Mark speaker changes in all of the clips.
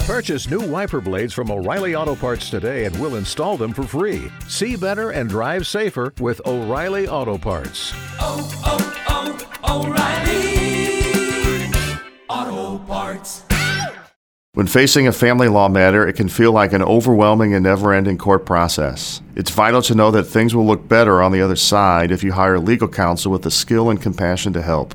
Speaker 1: Purchase new wiper blades from O'Reilly Auto Parts today and we'll install them for free. See better and drive safer with O'Reilly Auto Parts.
Speaker 2: oh, oh, O'Reilly Auto Parts.
Speaker 3: When facing a family law matter, it can feel like an overwhelming and never ending court process. It's vital to know that things will look better on the other side if you hire legal counsel with the skill and compassion to help.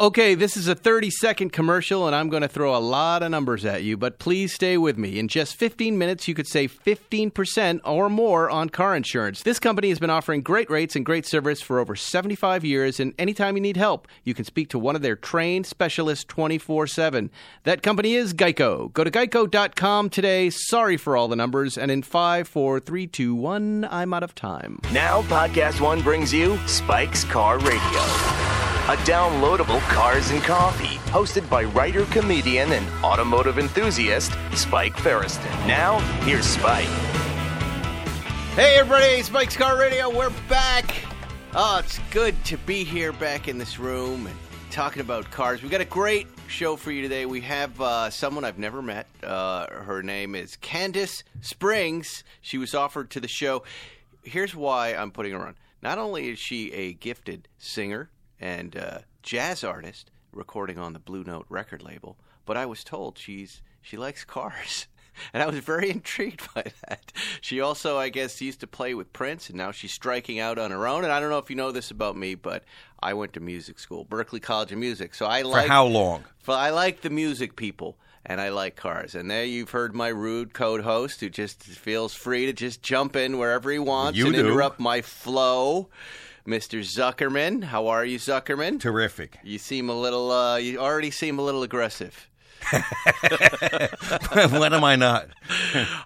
Speaker 4: Okay, this is a 30 second commercial, and I'm going to throw a lot of numbers at you, but please stay with me. In just 15 minutes, you could save 15% or more on car insurance. This company has been offering great rates and great service for over 75 years, and anytime you need help, you can speak to one of their trained specialists 24 7. That company is Geico. Go to geico.com today. Sorry for all the numbers, and in 5, 4, 3, 2, 1, I'm out of time.
Speaker 5: Now, Podcast One brings you Spike's Car Radio, a downloadable cars and coffee hosted by writer, comedian, and automotive enthusiast Spike Ferriston. Now, here's Spike.
Speaker 4: Hey everybody, Spike's Car Radio, we're back. Oh, it's good to be here back in this room and talking about cars. We've got a great show for you today. We have uh, someone I've never met. Uh, her name is Candace Springs. She was offered to the show. Here's why I'm putting her on. Not only is she a gifted singer and uh, jazz artist, recording on the Blue Note record label, but I was told she's she likes cars. And I was very intrigued by that. She also, I guess, used to play with Prince, and now she's striking out on her own. And I don't know if you know this about me, but I went to music school, Berkeley College of Music. So I like
Speaker 6: For how long?
Speaker 4: But I like the music people and I like cars. And there you've heard my rude code host who just feels free to just jump in wherever he wants
Speaker 6: You
Speaker 4: and
Speaker 6: do.
Speaker 4: interrupt my flow. Mr. Zuckerman, how are you, Zuckerman?
Speaker 6: Terrific.
Speaker 4: You seem a little, uh, you already seem a little aggressive.
Speaker 6: when am I not?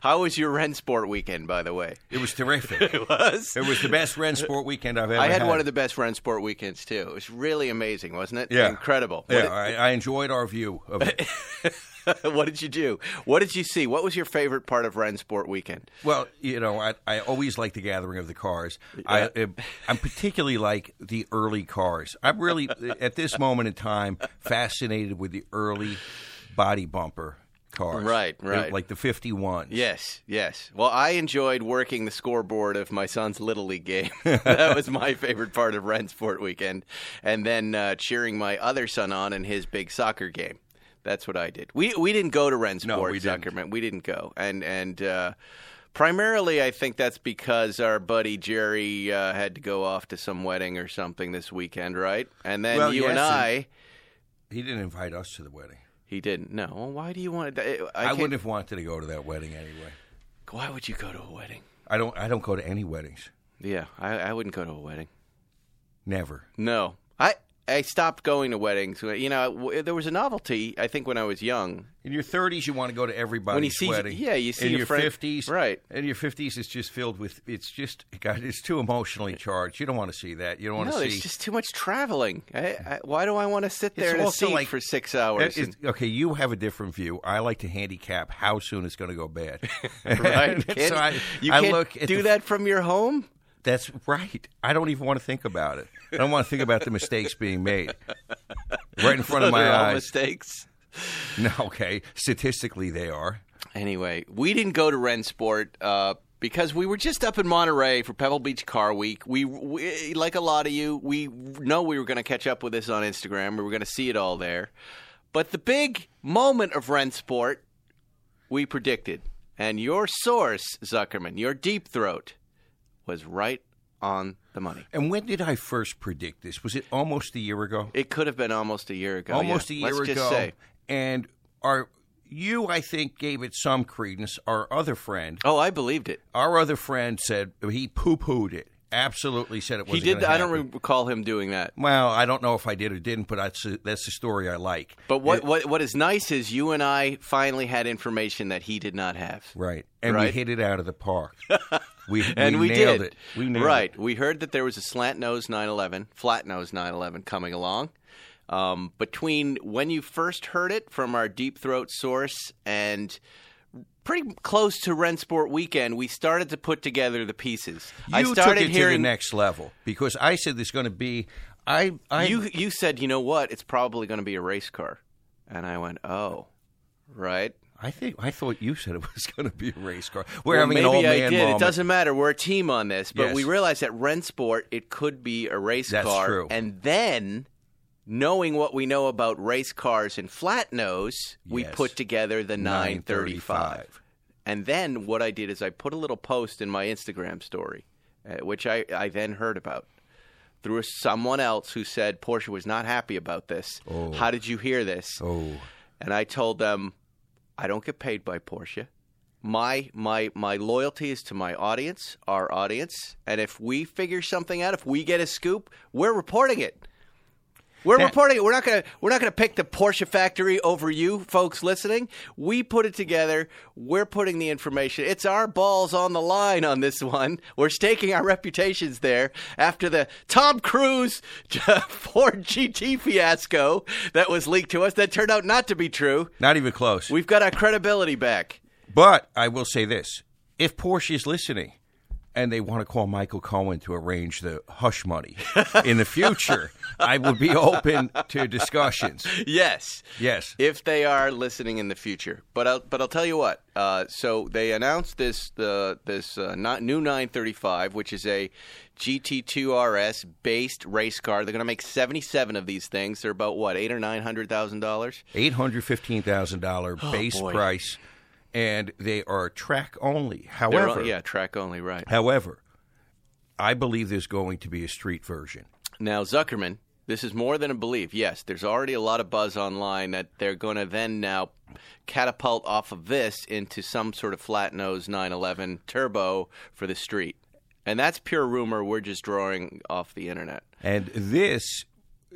Speaker 4: How was your Rensport weekend, by the way?
Speaker 6: It was terrific. it
Speaker 4: was.
Speaker 6: was the best Ren Sport weekend I've ever
Speaker 4: I had one of the best Rensport weekends, too. It was really amazing, wasn't it?
Speaker 6: Yeah.
Speaker 4: Incredible.
Speaker 6: Yeah, I, I enjoyed our view of it.
Speaker 4: what did you do? What did you see? What was your favorite part of Rensport weekend?
Speaker 6: well, you know, I, I always like the gathering of the cars. I, I'm particularly like the early cars. I'm really, at this moment in time, fascinated with the early body bumper cars.
Speaker 4: Right,
Speaker 6: They're
Speaker 4: right.
Speaker 6: Like the 51s.
Speaker 4: Yes, yes. Well, I enjoyed working the scoreboard of my son's little league game. that was my favorite part of Rensport weekend, and then uh, cheering my other son on in his big soccer game. That's what I did. We we didn't go to Rensport,
Speaker 6: No, we didn't.
Speaker 4: Zuckerman. We didn't go, and and uh, primarily, I think that's because our buddy Jerry uh, had to go off to some wedding or something this weekend, right? And then
Speaker 6: Well,
Speaker 4: you and
Speaker 6: yes, and-
Speaker 4: I.
Speaker 6: He didn't invite us to the wedding.
Speaker 4: He didn't. No. Well, why do you want to?
Speaker 6: I,
Speaker 4: I, can't-
Speaker 6: wouldn't have wanted to go to that wedding anyway.
Speaker 4: Why would you go to a wedding?
Speaker 6: I don't. I don't go to any weddings.
Speaker 4: Yeah, I, I wouldn't go to a wedding.
Speaker 6: Never.
Speaker 4: No, I I stopped going to weddings. You know, w- there was a novelty. I think when I was young,
Speaker 6: In your 30s, you want to go to everybody's
Speaker 4: When you see-
Speaker 6: wedding.
Speaker 4: yeah, you see
Speaker 6: in
Speaker 4: your
Speaker 6: your,
Speaker 4: friend-
Speaker 6: 50s,
Speaker 4: right.
Speaker 6: In your 50s, it's just filled with. It's just God. It's too emotionally charged. You don't want to see that. You don't want
Speaker 4: no,
Speaker 6: to
Speaker 4: there's
Speaker 6: see.
Speaker 4: just too much traveling. I, I, why do I want to sit there
Speaker 6: It's
Speaker 4: in a
Speaker 6: also
Speaker 4: seat
Speaker 6: like-
Speaker 4: for six hours?
Speaker 6: It- it- okay, you have a different view. I like to handicap how soon it's going to go bad.
Speaker 4: and- right?
Speaker 6: so
Speaker 4: Can't-
Speaker 6: I,
Speaker 4: you
Speaker 6: I
Speaker 4: can't
Speaker 6: look at
Speaker 4: do
Speaker 6: the-
Speaker 4: that from your home.
Speaker 6: That's right. I don't even want to think about it. I don't want to think about the mistakes being made right in front of my
Speaker 4: They're all
Speaker 6: eyes.
Speaker 4: mistakes.
Speaker 6: No, okay. Statistically, they are.
Speaker 4: Anyway, we didn't go to Rensport uh, because we were just up in Monterey for Pebble Beach Car Week. We, we like a lot of you, we know we were going to catch up with this on Instagram. We were going to see it all there. But the big moment of Rensport, we predicted, and your source, Zuckerman, your deep throat, was right on the money.
Speaker 6: And when did I first predict this? Was it almost a year ago?
Speaker 4: It could have been almost a year ago.
Speaker 6: almost
Speaker 4: yeah.
Speaker 6: a year
Speaker 4: Let's
Speaker 6: ago,
Speaker 4: Just say.
Speaker 6: and our you I think gave it some credence. Our other friend,
Speaker 4: Oh, I believed it.
Speaker 6: our other friend said he poo pooed it. Absolutely said it was.
Speaker 4: He did. I don't recall him doing that.
Speaker 6: Well, I don't know if I did or didn't, but that's that's the story I like.
Speaker 4: But what, what what is nice is you and I finally had information that he did not have.
Speaker 6: Right, and we
Speaker 4: Right.
Speaker 6: hit it out of the park. We
Speaker 4: And we,
Speaker 6: nailed
Speaker 4: did.
Speaker 6: it. We nailed
Speaker 4: right.
Speaker 6: it.
Speaker 4: We heard that there was a slant nose 911, flat nose 911 coming along. um, between when you first heard it from our deep throat source and pretty close to Rensport weekend, we started to put together the pieces. I
Speaker 6: You
Speaker 4: started
Speaker 6: took it
Speaker 4: hearing
Speaker 6: to the next level because I said there's going to be. I, I
Speaker 4: you you said, you know what? It's probably going to be a race car, and I went, oh, right.
Speaker 6: I think I thought you said it was going to be a race car. We're
Speaker 4: Well,
Speaker 6: having an
Speaker 4: maybe
Speaker 6: old
Speaker 4: I
Speaker 6: man
Speaker 4: did.
Speaker 6: moment.
Speaker 4: It doesn't matter. We're a team on this, but
Speaker 6: Yes.
Speaker 4: we realized at Rensport it could be a race
Speaker 6: That's
Speaker 4: car.
Speaker 6: true.
Speaker 4: And then, knowing what we know about race cars and flat nose, we
Speaker 6: Yes.
Speaker 4: put together the 935.
Speaker 6: 935.
Speaker 4: And then what I did is I put a little post in my Instagram story, uh, which I, I then heard about through someone else who said Porsche was not happy about this. How did you hear this?
Speaker 6: Oh,
Speaker 4: and I told them, I don't get paid by Porsche. My my my loyalty is to my audience, our audience, and if we figure something out, if we get a scoop, we're reporting it. We're
Speaker 6: That-
Speaker 4: reporting it. We're not gonna we're not gonna pick the Porsche factory over you folks listening. We put it together. We're putting the information. It's our balls on the line on this one. We're staking our reputations there after the Tom Cruise Ford GT fiasco that was leaked to us that turned out not to be true.
Speaker 6: not even close.
Speaker 4: We've got our credibility back.
Speaker 6: But I will say this: if Porsche is listening and they want to call Michael Cohen to arrange the hush money in the future, I would be open to discussions.
Speaker 4: Yes.
Speaker 6: Yes.
Speaker 4: If they are listening in the future, but I'll but I'll tell you what. Uh, so they announced this the this uh, not new 935, which is a GT2 RS based race car. They're going to make 77 of these things. They're about what eight or nine hundred thousand dollars.
Speaker 6: Eight hundred fifteen thousand dollar base
Speaker 4: Oh, boy.
Speaker 6: price, and they are track only.
Speaker 4: They're
Speaker 6: However,
Speaker 4: on- yeah, track only, right?
Speaker 6: however, I believe there's going to be a street version.
Speaker 4: Now, Zuckerman, this is more than a belief. Yes, there's already a lot of buzz online that they're going to then now catapult off of this into some sort of flat nose 911 turbo for the street. And that's pure rumor. We're just drawing off the internet.
Speaker 6: And this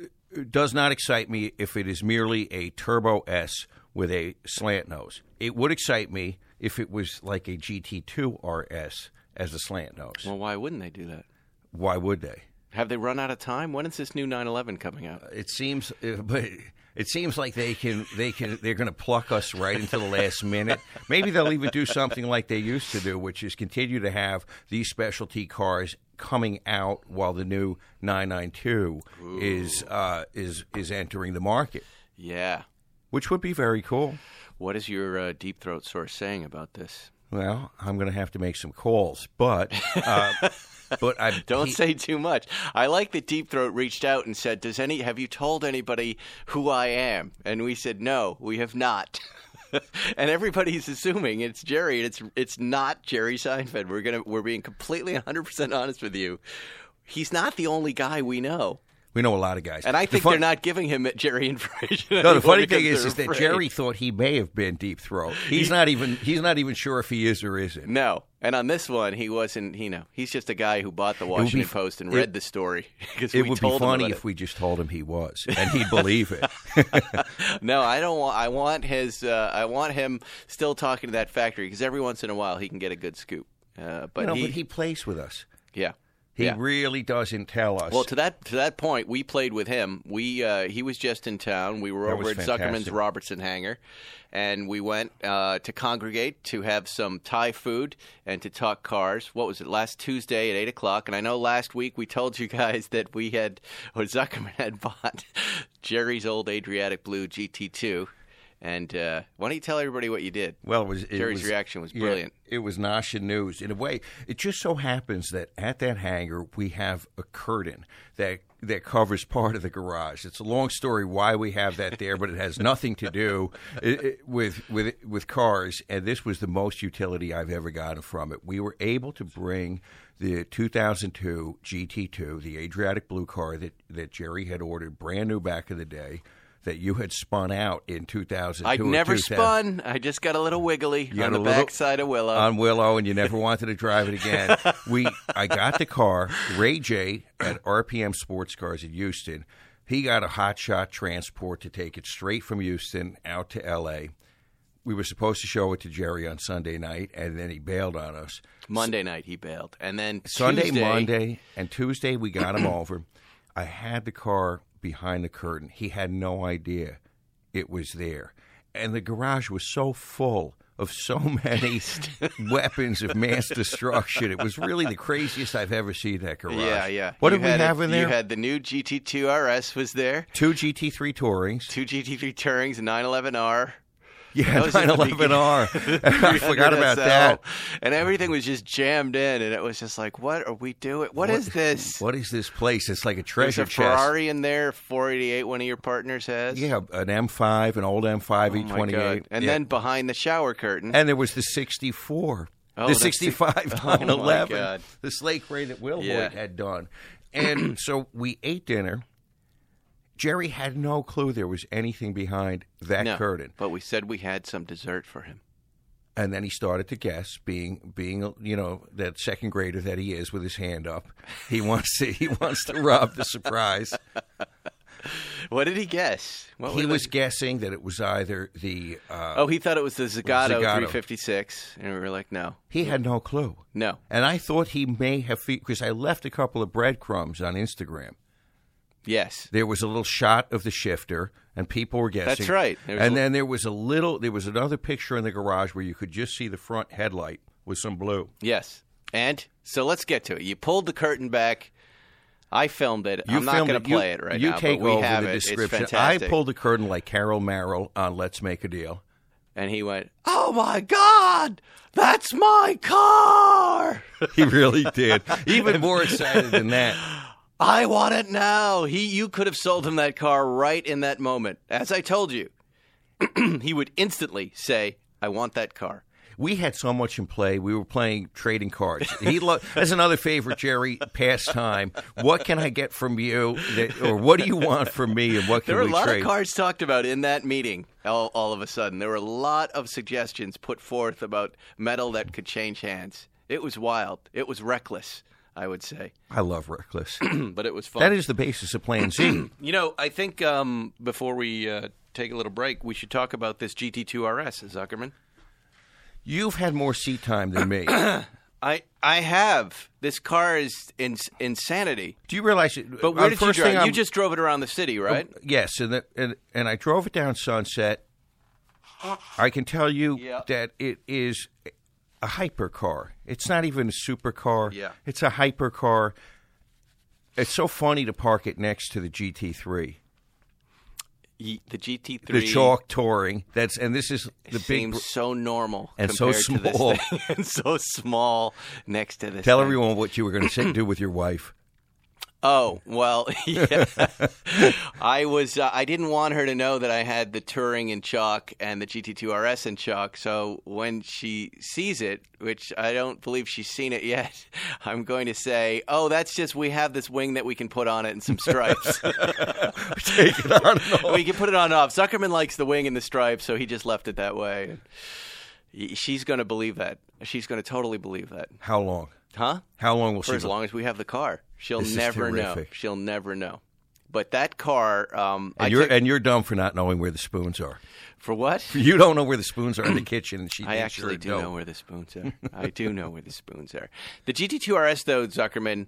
Speaker 6: uh, does not excite me if it is merely a turbo S with a slant nose. It would excite me if it was like a GT2 RS as a slant nose.
Speaker 4: Well, why wouldn't they do that?
Speaker 6: Why would they?
Speaker 4: Have they run out of time? When is this new 911 coming out?
Speaker 6: It seems, uh, but it seems like they can, they can, they're going to pluck us right into the last minute. Maybe they'll even do something like they used to do, which is continue to have these specialty cars coming out while the new 992 is uh, is is entering the market.
Speaker 4: Yeah.
Speaker 6: which would be very cool.
Speaker 4: What is your uh, deep throat source saying about this?
Speaker 6: Well, I'm going to have to make some calls, but uh, but I
Speaker 4: Don't
Speaker 6: he-
Speaker 4: say too much. I like that Deep Throat reached out and said, "Does any have you told anybody who I am?" And we said, "No, we have not." and everybody's assuming it's Jerry, and it's it's not Jerry Seinfeld. We're gonna we're being completely 100 percent honest with you. He's not the only guy we know,
Speaker 6: we know a lot of guys,
Speaker 4: and I
Speaker 6: The
Speaker 4: think
Speaker 6: fun-
Speaker 4: they're not giving him Jerry information.
Speaker 6: No, the
Speaker 4: anymore
Speaker 6: funny thing
Speaker 4: because
Speaker 6: is, is
Speaker 4: they're
Speaker 6: that
Speaker 4: afraid.
Speaker 6: Jerry thought he may have been deep throat. He's not even he's not even sure if he is or isn't.
Speaker 4: No, and on this one, he wasn't. You know, he's just a guy who bought the
Speaker 6: be
Speaker 4: Washington
Speaker 6: f-
Speaker 4: Post and
Speaker 6: it-
Speaker 4: read the story because
Speaker 6: It
Speaker 4: we
Speaker 6: would be
Speaker 4: told him
Speaker 6: funny
Speaker 4: about
Speaker 6: if
Speaker 4: it.
Speaker 6: we just told him he was, and he'd believe it.
Speaker 4: No, I don't want. I want his. Uh, I want him still talking to that factory because every once in a while he can get a good scoop. Uh, but,
Speaker 6: You know,
Speaker 4: he,
Speaker 6: but he plays with us.
Speaker 4: yeah,
Speaker 6: He
Speaker 4: yeah.
Speaker 6: really doesn't tell us.
Speaker 4: well, to that to that point, we played with him. We uh, he was just in town. We were
Speaker 6: That
Speaker 4: over at
Speaker 6: was
Speaker 4: Zuckerman's
Speaker 6: fantastic.
Speaker 4: Robertson Hangar, and we went uh, to congregate to have some Thai food and to talk cars. What was it last Tuesday at eight o'clock? And I know last week we told you guys that we had or Zuckerman had bought Jerry's old Adriatic Blue GT2. And uh, why don't you tell everybody what you did?
Speaker 6: Well, it was it
Speaker 4: Jerry's
Speaker 6: was-
Speaker 4: reaction was
Speaker 6: yeah,
Speaker 4: brilliant.
Speaker 6: it was Nasha news in a way. It just so happens that at that hangar we have a curtain that that covers part of the garage. It's a long story why we have that there, but it has nothing to do i i with with with cars. And this was the most utility I've ever gotten from it. We were able to bring the 2002 GT2, the Adriatic Blue car that that Jerry had ordered brand new back in the day. That you had spun out in 2002.
Speaker 4: I
Speaker 6: or
Speaker 4: never
Speaker 6: 2000.
Speaker 4: spun. I just got a little wiggly
Speaker 6: You
Speaker 4: on
Speaker 6: got
Speaker 4: the
Speaker 6: a little-
Speaker 4: backside of Willow.
Speaker 6: on Willow, and you never wanted to drive it again. We, I got the car. Ray J at RPM Sports Cars in Houston. He got a hot shot transport to take it straight from Houston out to L.A. We were supposed to show it to Jerry on Sunday night, and then he bailed on us.
Speaker 4: Monday night he bailed, and then
Speaker 6: Sunday,
Speaker 4: Tuesday,
Speaker 6: Monday, and Tuesday we got him over. I had the car behind the curtain. He had no idea it was there. And the garage was so full of so many weapons of mass destruction. It was really the craziest I've ever seen that garage.
Speaker 4: Yeah, yeah.
Speaker 6: What
Speaker 4: You
Speaker 6: did we
Speaker 4: had a-
Speaker 6: have in there?
Speaker 4: You had the new GT2 RS was there,
Speaker 6: Two GT3 Tourings.
Speaker 4: two GT3 Tourings, a 911R.
Speaker 6: Yeah,
Speaker 4: Those are the
Speaker 6: 911R. I forgot
Speaker 4: 300
Speaker 6: about
Speaker 4: SL,
Speaker 6: that.
Speaker 4: And everything was just jammed in, and it was just like, what are we doing? what is this?
Speaker 6: What is this place? It's like a
Speaker 4: There's
Speaker 6: treasure
Speaker 4: a
Speaker 6: chest.
Speaker 4: Ferrari in there, 488, one of your partners has.
Speaker 6: Yeah, an M5, an old M5
Speaker 4: Oh my
Speaker 6: E28.
Speaker 4: God. And
Speaker 6: Yeah.
Speaker 4: then behind the shower curtain.
Speaker 6: and there was the 64,
Speaker 4: Oh,
Speaker 6: the
Speaker 4: that's the-
Speaker 6: 65
Speaker 4: Oh, my
Speaker 6: 911,
Speaker 4: God.
Speaker 6: the slate gray that Will
Speaker 4: Yeah.
Speaker 6: Hoyt had done. And so we ate dinner. Jerry had no clue there was anything behind that
Speaker 4: No,
Speaker 6: curtain.
Speaker 4: But we said we had some dessert for him.
Speaker 6: And then he started to guess, being being you know that second grader that he is, with his hand up. He wants to he wants to rob the surprise.
Speaker 4: What did he guess? What
Speaker 6: he
Speaker 4: were the-
Speaker 6: was guessing that it was either the uh,
Speaker 4: Oh, he thought it was the Zagato,
Speaker 6: Zagato.
Speaker 4: 356, and we were like, no,
Speaker 6: he had no clue.
Speaker 4: no.
Speaker 6: And I thought he may have because I left a couple of breadcrumbs on Instagram.
Speaker 4: Yes.
Speaker 6: There was a little shot of the shifter, and people were guessing.
Speaker 4: That's right. There was
Speaker 6: And
Speaker 4: a-
Speaker 6: then there was a little. There was another picture in the garage where you could just see the front headlight with some blue.
Speaker 4: Yes. And so let's get to it. You pulled the curtain back. I filmed it.
Speaker 6: You
Speaker 4: I'm not
Speaker 6: filmed
Speaker 4: going to
Speaker 6: You-
Speaker 4: play it right
Speaker 6: you
Speaker 4: now.
Speaker 6: take
Speaker 4: but we
Speaker 6: over
Speaker 4: have
Speaker 6: the
Speaker 4: it.
Speaker 6: description.
Speaker 4: It's fantastic.
Speaker 6: I pulled the curtain like Carol Merrill on "Let's Make a Deal."
Speaker 4: and he went, "Oh my God, that's my car!
Speaker 6: He really did. Even more excited than that.
Speaker 4: I want it now." He, you could have sold him that car right in that moment. As I told you, he would instantly say, "I want that car."
Speaker 6: We had so much in play. We were playing trading cards. He lo- that's another favorite Jerry pastime. What can I get from you, that, or what do you want from me, and what can
Speaker 4: There were a
Speaker 6: we
Speaker 4: lot
Speaker 6: trade?
Speaker 4: of cars talked about in that meeting. All, all of a sudden, there were a lot of suggestions put forth about metal that could change hands. It was wild. It was reckless, I would say,
Speaker 6: I love reckless.
Speaker 4: but it was fun.
Speaker 6: that is the basis of Plan Z.
Speaker 4: you know, I think um, before we uh, take a little break, we should talk about this GT2 RS, uh, Zuckerman.
Speaker 6: You've had more seat time than me.
Speaker 4: I I have this car is ins- insanity.
Speaker 6: Do you realize? It,
Speaker 4: But where
Speaker 6: uh,
Speaker 4: did you
Speaker 6: first
Speaker 4: drive?
Speaker 6: thing
Speaker 4: You
Speaker 6: I'm- Oh,
Speaker 4: just drove it around the city, right?
Speaker 6: yes, and, the, and and I drove it down Sunset. I can tell you
Speaker 4: Yeah.
Speaker 6: that it is a hypercar. It's not even a supercar.
Speaker 4: Yeah.
Speaker 6: it's a hypercar. It's so funny to park it next to the GT3,
Speaker 4: Y- The GT3
Speaker 6: the chalk touring. That's and this is the big.
Speaker 4: seems so normal
Speaker 6: And so
Speaker 4: compared to this
Speaker 6: small.
Speaker 4: thing. and so small next to this.
Speaker 6: Tell
Speaker 4: thing.
Speaker 6: everyone what you were going to do with your wife.
Speaker 4: Oh well, yeah. I was. Uh, I didn't want her to know that I had the Touring in chalk and the GT2 RS in chalk. So when she sees it, which I don't believe she's seen it yet, I'm going to say, "Oh, that's just we have this wing that we can put on it and some stripes.
Speaker 6: Take it on and off.
Speaker 4: we can put it on and off." Zuckerman likes the wing and the stripes, so he just left it that way. Y- She's going to believe that. She's going to totally believe that.
Speaker 6: How long?
Speaker 4: Huh?
Speaker 6: How long will
Speaker 4: for
Speaker 6: she?
Speaker 4: as long as we have the car. She'll
Speaker 6: This is
Speaker 4: never know.
Speaker 6: terrific.
Speaker 4: She'll never know. But that car, um, I
Speaker 6: And you're
Speaker 4: took-
Speaker 6: and you're dumb for not knowing where the spoons are.
Speaker 4: for what?
Speaker 6: You don't know where the spoons are in the kitchen. And she
Speaker 4: I
Speaker 6: thinks
Speaker 4: actually
Speaker 6: you're
Speaker 4: do
Speaker 6: dumb.
Speaker 4: know where the spoons are. I do know where the spoons are. The GT2 RS though, Zuckerman,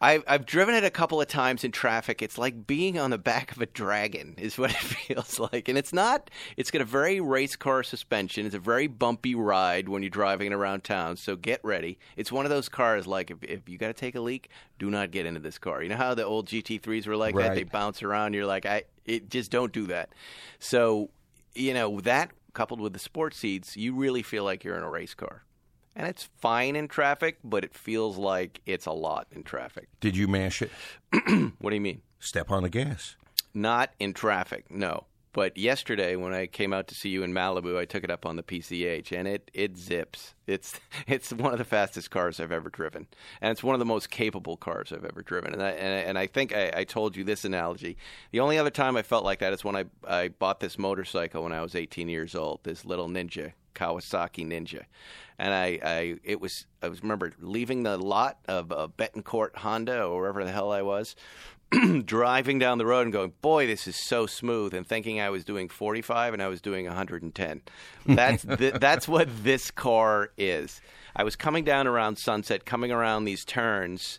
Speaker 4: I've I've driven it a couple of times in traffic. It's like being on the back of a dragon is what it feels like. And it's not it's got a very race car suspension. It's a very bumpy ride when you're driving it around town. So get ready. It's one of those cars like if, if you got to take a leak, do not get into this car. You know how the old GT3s were like that?
Speaker 6: Right.
Speaker 4: They bounce around. You're like, I it just don't do that. So, you know, that coupled with the sport seats, you really feel like you're in a race car. And it's fine in traffic, but it feels like it's a lot in traffic.
Speaker 6: Did you mash it?
Speaker 4: What do you mean?
Speaker 6: Step on the gas.
Speaker 4: Not in traffic, no. But yesterday, when I came out to see you in Malibu, I took it up on the PCH, and it it zips. It's it's one of the fastest cars I've ever driven, and it's one of the most capable cars I've ever driven. And I and I, and I think I, I told you this analogy. The only other time I felt like that is when I I bought this motorcycle when I was 18 years old. This little Ninja Kawasaki Ninja, and I, I it was I was remember leaving the lot of uh, Betancourt Honda or wherever the hell I was, driving down the road and going, boy, this is so smooth, and thinking I was doing 45 and I was doing 110. That's th- that's what this car is. I was coming down around sunset, coming around these turns,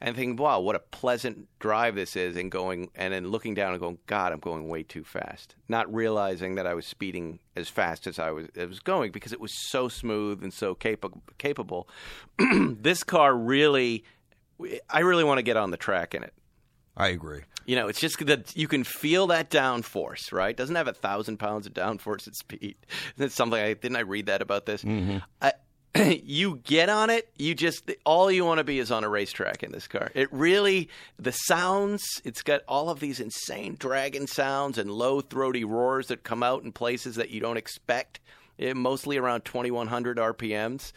Speaker 4: and thinking, wow, what a pleasant drive this is, and going and then looking down and going, God, I'm going way too fast. Not realizing that I was speeding as fast as I was, I was going because it was so smooth and so capa- capable. this car really, I really want to get on the track in it.
Speaker 6: I agree.
Speaker 4: You know, it's just that you can feel that downforce, right? Doesn't have a thousand pounds of downforce at speed. That's something I didn't I read that about this. I, you get on it, you just all you want to be is on a racetrack in this car. It really the sounds. It's got all of these insane dragon sounds and low throaty roars that come out in places that you don't expect. eh, mostly around twenty one hundred RPMs.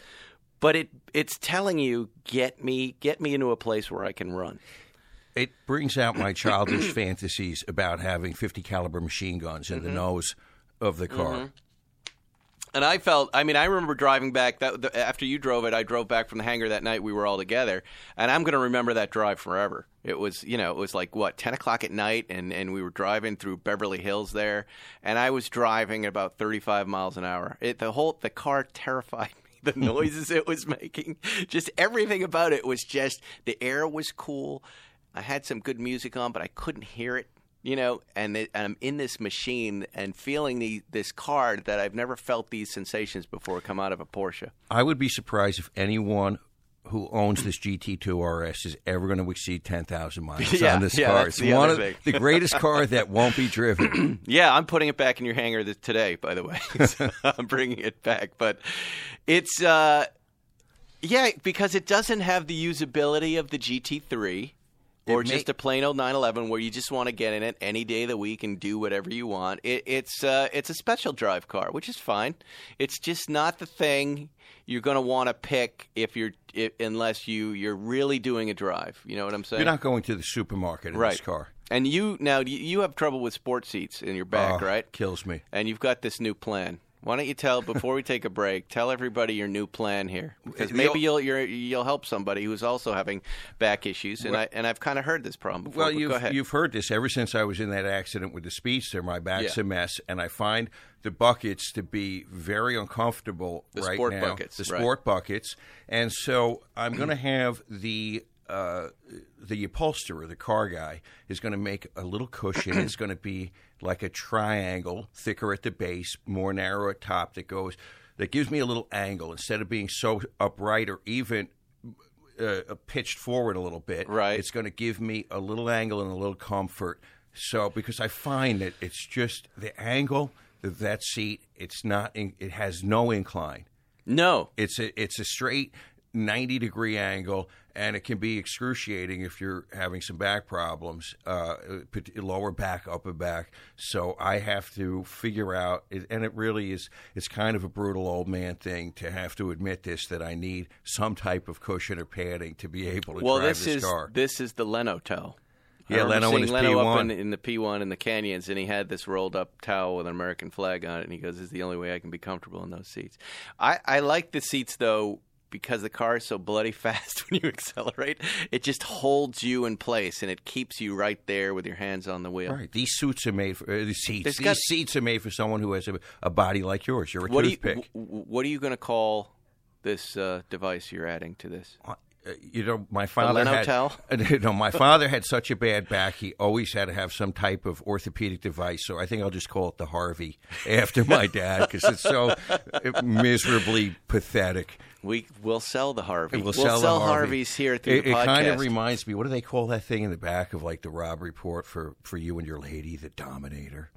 Speaker 4: But it it's telling you get me get me into a place where I can run.
Speaker 6: It brings out my childish fantasies about having 50 caliber machine guns in
Speaker 4: Mm-hmm.
Speaker 6: the nose of the car.
Speaker 4: And I felt, I mean, I remember driving back that the, after you drove it, I drove back from the hangar that night. We were all together, and I'm going to remember that drive forever. It was, you know, it was like what ten o'clock at night, and and we were driving through Beverly Hills there, and I was driving at about 35 miles an hour. It the whole the car terrified me. The noises it was making, just everything about it was just the air was cool. I had some good music on, but I couldn't hear it you know, and, it, and I'm in this machine and feeling the, this card that I've never felt these sensations before come out of a Porsche.
Speaker 6: I would be surprised if anyone who owns this GT2 RS is ever going to exceed 10,000 miles
Speaker 4: Yeah,
Speaker 6: on this
Speaker 4: yeah,
Speaker 6: car.
Speaker 4: that's the
Speaker 6: one
Speaker 4: other
Speaker 6: of
Speaker 4: thing.
Speaker 6: the greatest car that won't be driven.
Speaker 4: Yeah, I'm putting it back in your hangar th- today, by the way. So I'm bringing it back, but it's uh, yeah because it doesn't have the usability of the GT3 or
Speaker 6: It may-
Speaker 4: just a plain old 911 where you just want to get in it any day of the week and do whatever you want. It, it's uh, it's a special drive car, which is fine. It's just not the thing you're going to want to pick if you're if, unless you you're really doing a drive. You know what I'm saying?
Speaker 6: You're not going to the supermarket in this car.
Speaker 4: And you now you- you have trouble with sports seats in your back,
Speaker 6: Oh,
Speaker 4: right?
Speaker 6: Kills me.
Speaker 4: and you've got this new plan. Why don't you tell before we take a break? Tell everybody your new plan here, because
Speaker 6: You'll-
Speaker 4: maybe you'll you're, you'll help somebody who's also having back issues. And I and I've kind of heard this problem. Before,
Speaker 6: Well,
Speaker 4: but go
Speaker 6: you've,
Speaker 4: ahead.
Speaker 6: you've heard this ever since I was in that accident with the speedster. My back's
Speaker 4: Yeah.
Speaker 6: a mess, and I find the buckets to be very uncomfortable
Speaker 4: The
Speaker 6: right
Speaker 4: sport
Speaker 6: now.
Speaker 4: buckets,
Speaker 6: the
Speaker 4: right.
Speaker 6: sport buckets, and so I'm going to have the. Uh, the upholsterer, the car guy, is going to make a little cushion. it's going to be like a triangle, thicker at the base, more narrow at top. That goes, that gives me a little angle instead of being so upright or even uh, pitched forward a little bit.
Speaker 4: Right.
Speaker 6: It's going to give me a little angle and a little comfort. So because I find that it's just the angle of that seat, it's not. In, it has no incline.
Speaker 4: no,
Speaker 6: It's a it's a straight ninety degree angle, and it can be excruciating if you're having some back problems, uh, pat- lower back, upper back. So I have to figure out, it- and it really is. It's kind of a brutal old man thing to have to admit this that I need some type of cushion or padding to be able to
Speaker 4: well,
Speaker 6: drive
Speaker 4: this,
Speaker 6: this
Speaker 4: is
Speaker 6: car.
Speaker 4: this is the Leno tow. I
Speaker 6: Yeah,
Speaker 4: remember
Speaker 6: Leno and
Speaker 4: seeing
Speaker 6: his
Speaker 4: Leno up in,
Speaker 6: P1.
Speaker 4: in the P1 in the canyons, and he had this rolled up towel with an American flag on it, and he goes, "This is the only way I can be comfortable in those seats." I, I like the seats though because the car is so bloody fast when you accelerate. It just holds you in place, and it keeps you right there with your hands on the wheel.
Speaker 6: Right, these suits are made for uh, the seats.
Speaker 4: There's
Speaker 6: these
Speaker 4: got-
Speaker 6: seats are made for someone who has a, a body like yours. You're a
Speaker 4: What do you
Speaker 6: toothpick.
Speaker 4: wh- wh- What are you going to call this uh, device you're adding to this?
Speaker 6: uh, you know, my father
Speaker 4: Leno
Speaker 6: had
Speaker 4: towel?
Speaker 6: you know, my father had such a bad back. He always had to have some type of orthopedic device. So I think I'll just call it the Harvey after my dad because it's so uh, miserably pathetic.
Speaker 4: We will sell the Harvey.
Speaker 6: We'll,
Speaker 4: sell,
Speaker 6: the Harvey.
Speaker 4: Harveys here through
Speaker 6: it,
Speaker 4: the podcast.
Speaker 6: It kind of reminds me. What do they call that thing in the back of like the Rob report for for you and your lady, the Dominator?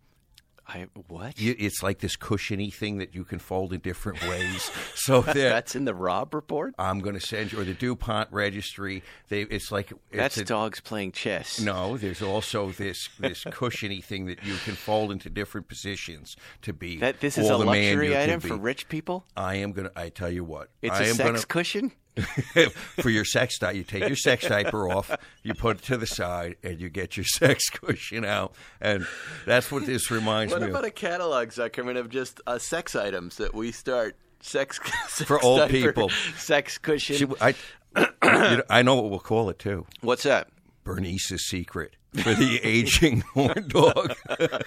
Speaker 4: I, what?
Speaker 6: You- It's like this cushiony thing that you can fold in different ways. so that
Speaker 4: That's in the Rob report.
Speaker 6: I'm going to send you, or the DuPont Registry. They, it's like it's
Speaker 4: That's
Speaker 6: a-
Speaker 4: dogs playing chess.
Speaker 6: No, there's also this this cushiony thing that you can fold into different positions to be.
Speaker 4: that this is
Speaker 6: all
Speaker 4: a
Speaker 6: the man you
Speaker 4: luxury
Speaker 6: can
Speaker 4: item
Speaker 6: be.
Speaker 4: for rich people.
Speaker 6: I am gonna. I tell you what,
Speaker 4: It's
Speaker 6: I
Speaker 4: a
Speaker 6: am
Speaker 4: sex cushion.
Speaker 6: gonna for your sex diaper. You take your sex diaper off, you put it to the side, and you get your sex cushion out, and that's what this reminds me of.
Speaker 4: a catalog, Zuckerman, of just uh, sex items that we start sex, sex
Speaker 6: For old people.
Speaker 4: sex cushion?
Speaker 6: She- I, you know, I know what we'll call it too.
Speaker 4: What's that?
Speaker 6: Bernice's secret for the aging horn dog.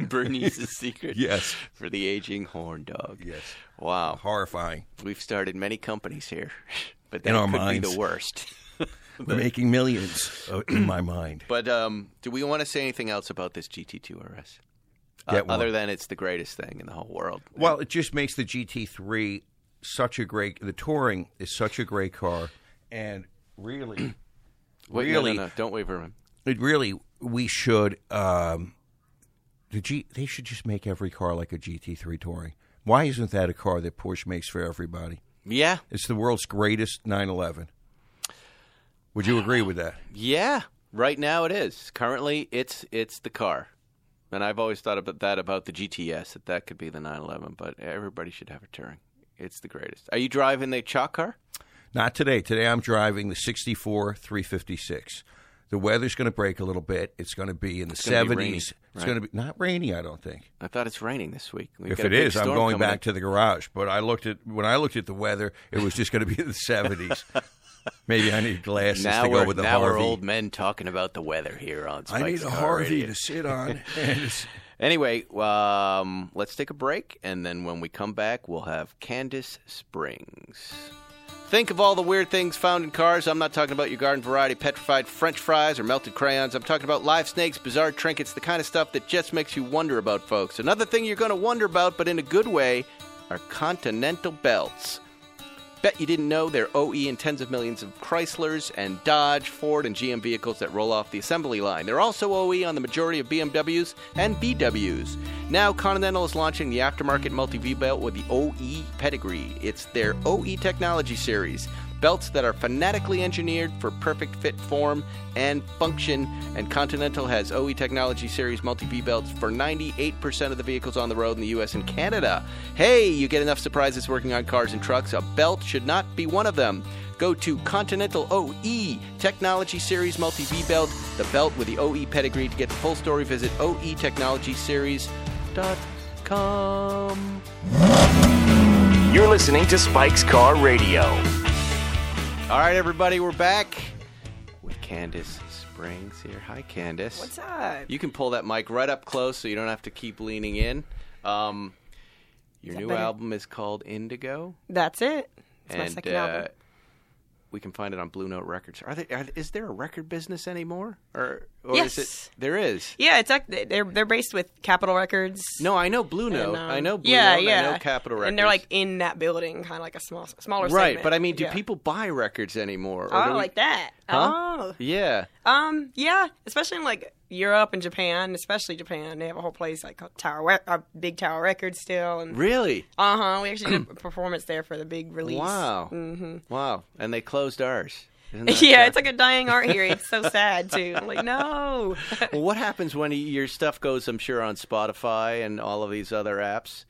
Speaker 4: Bernice's secret.
Speaker 6: Yes.
Speaker 4: for the aging horn dog.
Speaker 6: Yes.
Speaker 4: Wow,
Speaker 6: Horrifying.
Speaker 4: we've started many companies here, but
Speaker 6: In
Speaker 4: that
Speaker 6: our
Speaker 4: could
Speaker 6: minds.
Speaker 4: be the worst.
Speaker 6: We're making millions uh, in my mind.
Speaker 4: But um, do we want to say anything else about this GT2 RS? Uh,
Speaker 6: Get one.
Speaker 4: other than it's the greatest thing in the whole world.
Speaker 6: Well, it just makes the GT3 such a great. The touring is such a great car, and really,
Speaker 4: Wait, no,
Speaker 6: really,
Speaker 4: no, no, don't waver him.
Speaker 6: it really we should. Um, the G, they should just make every car like a GT3 touring. Why isn't that a car that Porsche makes for everybody?
Speaker 4: Yeah,
Speaker 6: It's the world's greatest 911. Would you agree with that?
Speaker 4: yeah. Right now it is. Currently, it's it's the car, and I've always thought about that about the GTS that that could be the 911. But everybody should have a Touring. It's the greatest. Are you driving the chalk car?
Speaker 6: Not today. Today I'm driving the 64 356. The weather's going to break a little bit. It's going to be in the
Speaker 4: gonna be
Speaker 6: 70s.
Speaker 4: rainy,
Speaker 6: it's
Speaker 4: right?
Speaker 6: going to be not rainy, I don't think.
Speaker 4: I thought it's raining this week. We've
Speaker 6: if
Speaker 4: got a
Speaker 6: it
Speaker 4: big
Speaker 6: is, I'm
Speaker 4: storm
Speaker 6: going
Speaker 4: coming
Speaker 6: back
Speaker 4: up.
Speaker 6: to the garage. But I looked at when I looked at the weather, it was just going to be in the 70s. Maybe I need glasses
Speaker 4: now
Speaker 6: to
Speaker 4: we're
Speaker 6: go with the
Speaker 4: now
Speaker 6: Harvey.
Speaker 4: we're old men talking about the weather here on.
Speaker 6: I need
Speaker 4: Spike's
Speaker 6: a
Speaker 4: Car
Speaker 6: Harvey
Speaker 4: Radio.
Speaker 6: to sit on. And it's-
Speaker 4: Anyway, um, let's take a break, and then when we come back, we'll have Candace Springs. Think of all the weird things found in cars. I'm not talking about your garden variety petrified french fries or melted crayons. I'm talking about live snakes, bizarre trinkets, the kind of stuff that just makes you wonder about, folks. Another thing you're going to wonder about, but in a good way, are continental belts. Bet you didn't know they're OE in tens of millions of Chryslers and Dodge, Ford, and GM vehicles that roll off the assembly line. They're also OE on the majority of BMWs and BWs. Now, Continental is launching the aftermarket multi V belt with the OE pedigree. It's their OE technology series. Belts that are phonetically engineered for perfect fit form and function, and Continental has OE Technology Series multi V belts for 98% of the vehicles on the road in the US and Canada. Hey, you get enough surprises working on cars and trucks, a belt should not be one of them. Go to Continental OE Technology Series multi V belt, the belt with the OE pedigree. To get the full story, visit E oetechnologyseries.com.
Speaker 5: You're listening to Spike's Car Radio.
Speaker 4: All right, everybody, we're back with Candace Springs here. Hi, Candace.
Speaker 7: What's up?
Speaker 4: You can pull that mic right up close so you don't have to keep leaning in. Um, your new
Speaker 7: better?
Speaker 4: album is called Indigo,
Speaker 7: That's it. It's my
Speaker 4: and,
Speaker 7: second
Speaker 4: uh,
Speaker 7: album.
Speaker 4: we can find it on Blue Note Records. Are there are, is there a record business anymore, or, or is
Speaker 7: Yes.
Speaker 4: it there is?
Speaker 7: Yeah, it's act- they're they're based with Capitol Records.
Speaker 4: No, I know Blue Note.
Speaker 7: and, um,
Speaker 4: I know Blue
Speaker 7: yeah,
Speaker 4: Note.
Speaker 7: Yeah,
Speaker 4: I know Capitol Records.
Speaker 7: and they're like in that building, kind of like a small, smaller.
Speaker 4: right,
Speaker 7: segment.
Speaker 4: but I mean, do
Speaker 7: Yeah.
Speaker 4: people buy records anymore? Or do
Speaker 7: Oh,
Speaker 4: we-
Speaker 7: like that?
Speaker 4: Huh?
Speaker 7: Oh,
Speaker 4: Yeah.
Speaker 7: um, yeah. Especially in like Europe and Japan, especially Japan, they have a whole place like called Tower, Re- uh, Big Tower Records still, and
Speaker 4: Really?
Speaker 7: uh huh. We actually did a performance there for the big release.
Speaker 4: Wow. Mm-hmm. Wow. And they closed ours. Isn't that
Speaker 7: Yeah,
Speaker 4: sad?
Speaker 7: it's like a dying art here. It's so sad too. I'm like, no.
Speaker 4: Well, what happens when your stuff goes, I'm sure, on Spotify and all of these other apps?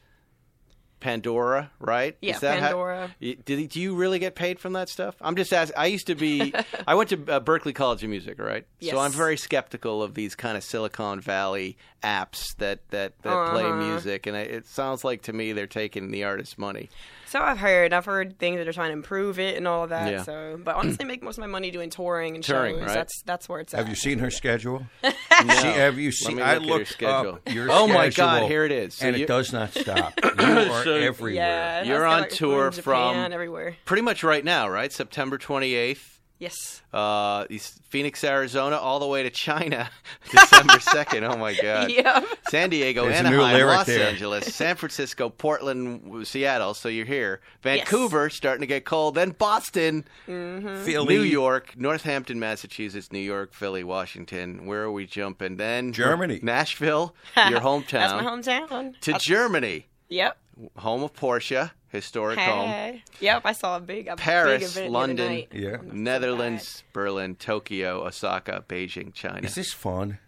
Speaker 4: Pandora, right?
Speaker 7: Yeah,
Speaker 4: how-
Speaker 7: Pandora.
Speaker 4: Y- do, do you really get paid from that stuff? I'm just asking. I used to be, I went to uh, Berkeley College of Music, right?
Speaker 7: Yes.
Speaker 4: So I'm very skeptical of these kind of Silicon Valley apps that, that, that
Speaker 7: Uh-huh.
Speaker 4: play music. And I, it sounds like to me they're taking the artist's money.
Speaker 7: So I've heard. I've heard things that are trying to improve it and all of that.
Speaker 4: Yeah.
Speaker 7: So, but honestly, I make most of my money doing touring and
Speaker 4: Touring,
Speaker 7: shows.
Speaker 4: right?
Speaker 7: That's that's where it's at.
Speaker 6: have you seen her schedule?
Speaker 4: No.
Speaker 6: See, have
Speaker 4: Oh,
Speaker 6: you
Speaker 4: Let
Speaker 6: seen?
Speaker 4: me
Speaker 6: I
Speaker 4: look at your
Speaker 6: looked
Speaker 4: schedule.
Speaker 6: up your
Speaker 4: Oh my God,
Speaker 6: schedule,
Speaker 4: here it is. So
Speaker 6: and
Speaker 4: you-
Speaker 6: it does not stop. You are
Speaker 4: So-
Speaker 6: everywhere.
Speaker 7: Yeah,
Speaker 4: You're
Speaker 7: I was
Speaker 4: on
Speaker 7: like,
Speaker 4: tour
Speaker 7: in Japan,
Speaker 4: from-
Speaker 7: everywhere.
Speaker 4: Pretty much right now, right? September 28th.
Speaker 7: Yes.
Speaker 4: uh, East- Phoenix, Arizona, all the way to China, December second. Oh my God!
Speaker 7: Yep.
Speaker 4: San Diego,
Speaker 6: There's a new
Speaker 4: Anaheim,
Speaker 6: lyric
Speaker 4: Los
Speaker 6: there.
Speaker 4: Angeles, San Francisco, Portland, w- Seattle. So you're here. Vancouver, starting to get cold. Then Boston,
Speaker 6: Philly,
Speaker 4: New York, Northampton, Massachusetts, New York, Philly, Washington. Where are we jumping? Then
Speaker 6: Germany.
Speaker 4: Nashville, your hometown.
Speaker 7: That's my hometown.
Speaker 4: To
Speaker 7: That's-
Speaker 4: Germany,
Speaker 7: Yep.
Speaker 4: home of Porsche, historic home.
Speaker 7: Hey. Yep. I saw a big a Big
Speaker 4: Paris,
Speaker 7: event the other
Speaker 4: London,
Speaker 7: night.
Speaker 6: Yeah.
Speaker 4: Netherlands, Berlin, Tokyo, Osaka, Beijing, China.
Speaker 6: Is this fun?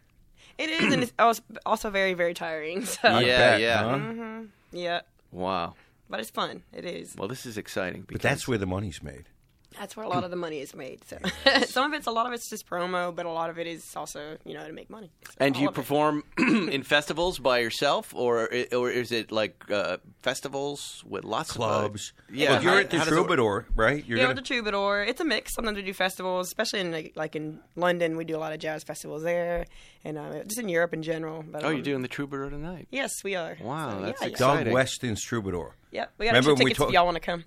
Speaker 7: It is, and it's als- also very very tiring. So
Speaker 4: Yeah,
Speaker 6: bet,
Speaker 4: yeah. Mm-hmm.
Speaker 6: huh?
Speaker 7: yeah,
Speaker 4: Wow.
Speaker 7: but it's fun. It is.
Speaker 4: Well, this is exciting.
Speaker 6: But
Speaker 4: Because
Speaker 6: that's where the money's made.
Speaker 7: That's where a lot of the money is made. So some of it's a lot of it's just promo, but a lot of it is also you know to make money. So
Speaker 4: And do
Speaker 7: all
Speaker 4: you
Speaker 7: of it.
Speaker 4: perform in festivals by yourself, or i- or is it like uh, festivals with lots
Speaker 6: Clubs.
Speaker 4: of yeah?
Speaker 6: Well, you're
Speaker 4: how-
Speaker 6: at the
Speaker 4: how does it work?
Speaker 6: Troubadour, right? You're
Speaker 7: Yeah,
Speaker 6: gonna-
Speaker 7: with the troubadour, it's a mix. Sometimes we do festivals, especially in like, like in London, we do a lot of jazz festivals there, and uh, just in Europe in general. But,
Speaker 4: Oh,
Speaker 7: um,
Speaker 4: you're doing the Troubadour tonight.
Speaker 7: Yes, we are.
Speaker 4: Wow,
Speaker 7: So,
Speaker 4: that's
Speaker 7: yeah,
Speaker 4: exciting.
Speaker 6: Doug Weston's Troubadour.
Speaker 7: Yeah, we got
Speaker 6: Remember
Speaker 7: two
Speaker 6: when we
Speaker 7: tickets
Speaker 6: talk-
Speaker 7: if y'all want to come.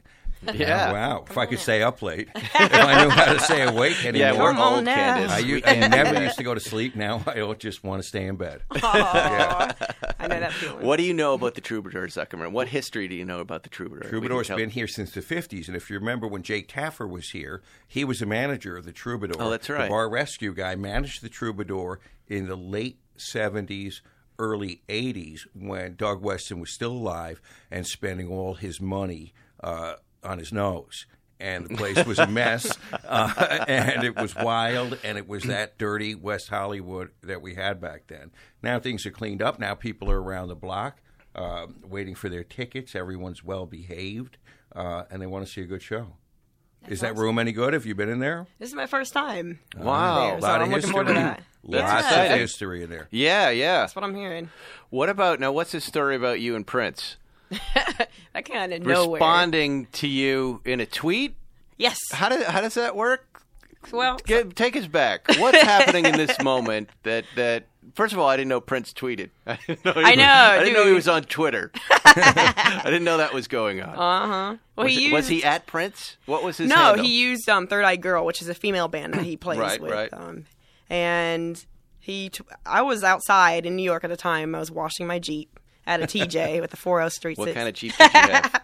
Speaker 4: Yeah.
Speaker 6: Oh, Wow. If I could stay up late, if I knew how to stay awake anymore.
Speaker 4: Yeah, we're
Speaker 7: Come on
Speaker 4: old,
Speaker 7: now.
Speaker 4: Candace.
Speaker 6: I, u-
Speaker 4: We-
Speaker 6: I never used to go to sleep. Now I don't just want to stay in bed.
Speaker 7: I know that feeling.
Speaker 4: What do you know about the troubadour, Zuckerman? What history do you know about the troubadour?
Speaker 6: Troubadour's
Speaker 4: We can
Speaker 6: been here since the 50s. And if you remember when Jake Taffer was here, he was the manager of the Troubadour.
Speaker 4: Oh, that's right.
Speaker 6: The bar rescue guy managed the Troubadour in the late 70s, early 80s when Doug Weston was still alive and spending all his money uh, on his nose. And the place was a mess, uh, and it was wild, and it was that dirty West Hollywood that we had back then. Now things are cleaned up. Now people are around the block uh, waiting for their tickets. Everyone's well behaved, uh, and they want to see a good show. Is that room any good? Have you been in there?
Speaker 7: This is my first time.
Speaker 4: tell- Wow.
Speaker 7: There, so I'm looking forward to that.
Speaker 6: Lots
Speaker 4: Yeah.
Speaker 6: of history in there.
Speaker 4: Yeah, yeah.
Speaker 7: That's what I'm hearing.
Speaker 4: What about now? What's the story about you and Prince
Speaker 7: I kind of nowhere.
Speaker 4: responding to you in a tweet?
Speaker 7: Yes.
Speaker 4: How does how does that work?
Speaker 7: Well,
Speaker 4: Get, take us back. What's happening in this moment? That that first of all, I didn't know Prince tweeted. I didn't know. He
Speaker 7: I
Speaker 4: was,
Speaker 7: know,
Speaker 4: I didn't know he
Speaker 7: dude.
Speaker 4: was on Twitter. I didn't know that was going on. was,
Speaker 7: well, Uh, he
Speaker 4: it-
Speaker 7: used.
Speaker 4: was he at Prince? What was his?
Speaker 7: no,
Speaker 4: handle?
Speaker 7: he used um, Third Eye Girl, which is a female band that he plays
Speaker 4: Right,
Speaker 7: with.
Speaker 4: right.
Speaker 7: Um, and he, t- I was outside in New York at the time. I was washing my Jeep at a TJ with a 40 Street.
Speaker 4: What
Speaker 7: six-
Speaker 4: kind of cheap did you have?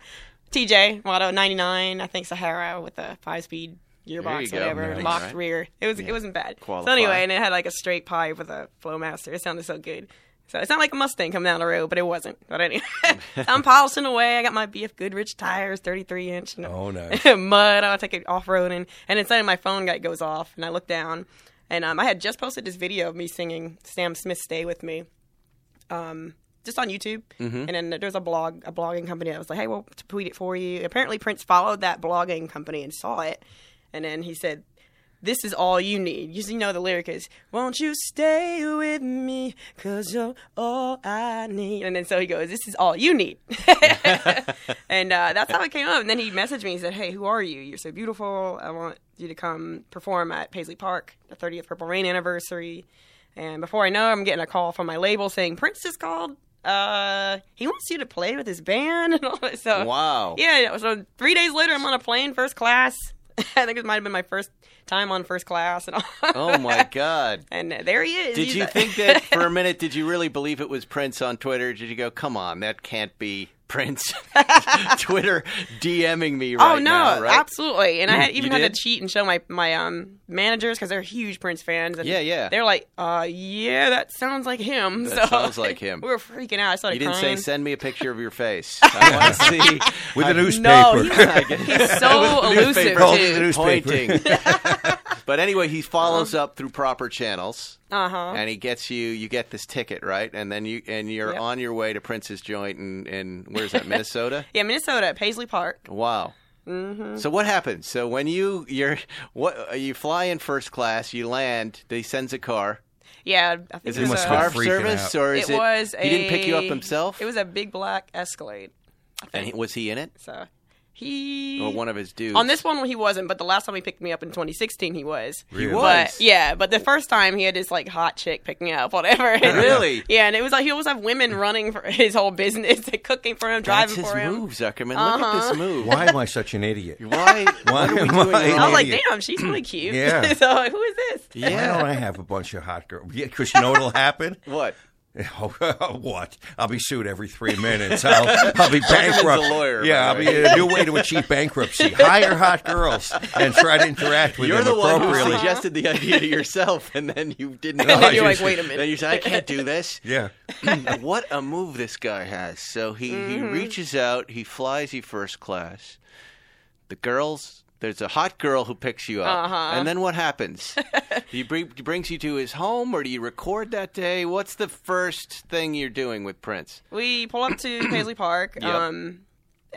Speaker 7: TJ Lotto 99, I think Sahara with a five speed
Speaker 4: you
Speaker 7: gearbox,
Speaker 4: go.
Speaker 7: whatever,
Speaker 4: Nice.
Speaker 7: locked
Speaker 4: Right.
Speaker 7: rear. It was it wasn't bad.
Speaker 4: Qualify.
Speaker 7: So anyway, and it had like a straight pipe with a Flowmaster. It sounded so good. So it's not like a Mustang coming down the road, but it wasn't. But anyway, I'm polishing away. I got my BF Goodrich tires, 33 inch. And
Speaker 6: Oh, nice.
Speaker 7: mud. I'll take it off roading. And inside my phone guy goes off, and I look down, and um, I had just posted this video of me singing Sam Smith "Stay with Me." Um, just on YouTube, and then there's a blog, a blogging company. that was like, "Hey, we'll tweet it for you." Apparently, Prince followed that blogging company and saw it, and then he said, "This is all you need." You know the lyric is, "Won't you stay with me? Cause you're all I need." And then so he goes, "This is all you need." And uh, that's how it came up. And then he messaged me and said, Hey, who are you? You're so beautiful. I want you to come perform at Paisley Park, the 30th Purple Rain anniversary. And before I know it, I'm getting a call from my label saying, Prince just called. Uh, he wants you to play with his band and all that stuff.
Speaker 4: Wow.
Speaker 7: Yeah. So three days later, I'm on a plane, first class. I think it might have been my first time on first class. And all.
Speaker 4: Oh my God.
Speaker 7: And uh, there he is.
Speaker 4: Did
Speaker 7: He's
Speaker 4: you
Speaker 7: like-
Speaker 4: think that for a minute? Did you really believe it was Prince on Twitter? Did you go, "Come on, that can't be Prince"? Twitter DMing me right
Speaker 7: oh no,
Speaker 4: now, right?
Speaker 7: absolutely. And I had, even
Speaker 4: you
Speaker 7: had
Speaker 4: did?
Speaker 7: to cheat and show my my um managers because they're huge Prince fans. And
Speaker 4: Yeah, yeah.
Speaker 7: They're like, uh, yeah, that sounds like him.
Speaker 4: That
Speaker 7: so
Speaker 4: sounds like him.
Speaker 7: We were freaking out. I started
Speaker 4: You didn't say,
Speaker 7: crying.
Speaker 4: "Send me a picture of your face." I want to see
Speaker 6: With a
Speaker 7: no,
Speaker 6: newspaper.
Speaker 7: he's, he's so elusive
Speaker 6: Hold the
Speaker 7: too.
Speaker 6: news-
Speaker 4: pointing.
Speaker 6: Newspaper.
Speaker 4: but anyway, he follows up through proper channels,
Speaker 7: Uh huh.
Speaker 4: and he gets you. You get this ticket, right? And then you and you're
Speaker 7: Yep.
Speaker 4: on your way to Prince's joint, and in where's that? Minnesota.
Speaker 7: Yeah, Minnesota, Paisley Park.
Speaker 4: Wow. Mm-hmm. So what happens? So when you you're what you fly in first class, you land. They sends a car.
Speaker 7: Yeah, I think
Speaker 4: Is
Speaker 7: it
Speaker 4: it
Speaker 7: was
Speaker 6: must
Speaker 7: a,
Speaker 6: have been
Speaker 4: car
Speaker 6: freaking
Speaker 4: service
Speaker 6: out.
Speaker 4: or is
Speaker 7: it
Speaker 4: it?
Speaker 7: was
Speaker 4: he
Speaker 7: a.
Speaker 4: didn't pick you up himself.
Speaker 7: It was a big black Escalade.
Speaker 4: and he, was he in it
Speaker 7: So he
Speaker 4: or one of his dudes?
Speaker 7: on this one he wasn't, but the last time he picked me up in 2016 he was.
Speaker 4: he
Speaker 6: Really?
Speaker 4: was.
Speaker 7: But yeah, but the first time he had this like hot chick picking up whatever.
Speaker 4: Really?
Speaker 7: yeah, and it was like he always have women running for his whole business, like cooking for him,
Speaker 4: That's
Speaker 7: driving
Speaker 4: his
Speaker 7: for him. Uh-huh.
Speaker 4: move, Zuckerman. Look at this move.
Speaker 6: Why am I such an idiot?
Speaker 4: Why?
Speaker 6: Why
Speaker 4: what are we
Speaker 6: am I
Speaker 4: doing
Speaker 6: an
Speaker 7: I was
Speaker 4: wrong?
Speaker 7: like,
Speaker 6: idiot?
Speaker 7: damn, she's really cute.
Speaker 6: Yeah.
Speaker 7: so like, who is this?
Speaker 6: Why
Speaker 4: Yeah.
Speaker 6: don't I have a bunch of hot girls? Yeah, because you know what'll happen?
Speaker 4: What?
Speaker 6: Oh, what? I'll be sued every three minutes. I'll, I'll be bankrupt.
Speaker 4: a lawyer, by
Speaker 6: yeah, I'll
Speaker 4: the
Speaker 6: be a new way to achieve bankruptcy. Hire hot girls and try to interact with
Speaker 4: You're
Speaker 6: them
Speaker 4: the one who
Speaker 6: appropriately.
Speaker 4: suggested the idea to yourself, and then you didn't.
Speaker 6: And then
Speaker 7: you're like,
Speaker 4: just-
Speaker 7: wait a minute.
Speaker 4: Then you said, "I can't do this."
Speaker 6: yeah.
Speaker 4: what a move this guy has. So he, he
Speaker 7: Mm-hmm.
Speaker 4: reaches out, he flies you first class. The girls, there's a hot girl who picks you up.
Speaker 7: Uh-huh.
Speaker 4: And then what happens? he bring, brings you to his home, or do you record that day? What's the first thing you're doing with Prince?
Speaker 7: We pull up to Paisley Park. Um,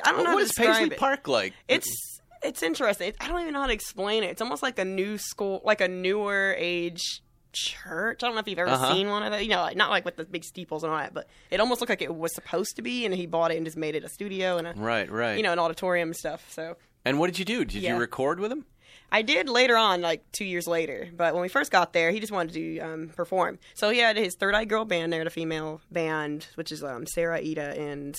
Speaker 7: I don't know how
Speaker 4: what
Speaker 7: to
Speaker 4: is Paisley
Speaker 7: describe it.
Speaker 4: Park like?
Speaker 7: It's it's interesting. It- I don't even know how to explain it. It's almost like a new school, like a newer age church. I don't know if you've ever
Speaker 4: Uh-huh.
Speaker 7: seen one of those. You know, like, not like with the big steeples and all that, but it almost looked like it was supposed to be. And he bought it and just made it a studio and a
Speaker 4: right, right.
Speaker 7: you know an auditorium and stuff. So
Speaker 4: and what did you do? Did
Speaker 7: Yeah.
Speaker 4: you record with him?
Speaker 7: I did later on, like two years later. But when we first got there, he just wanted to um, perform. So he had his Third Eye Girl band there, the female band, which is um, Sarah Ida and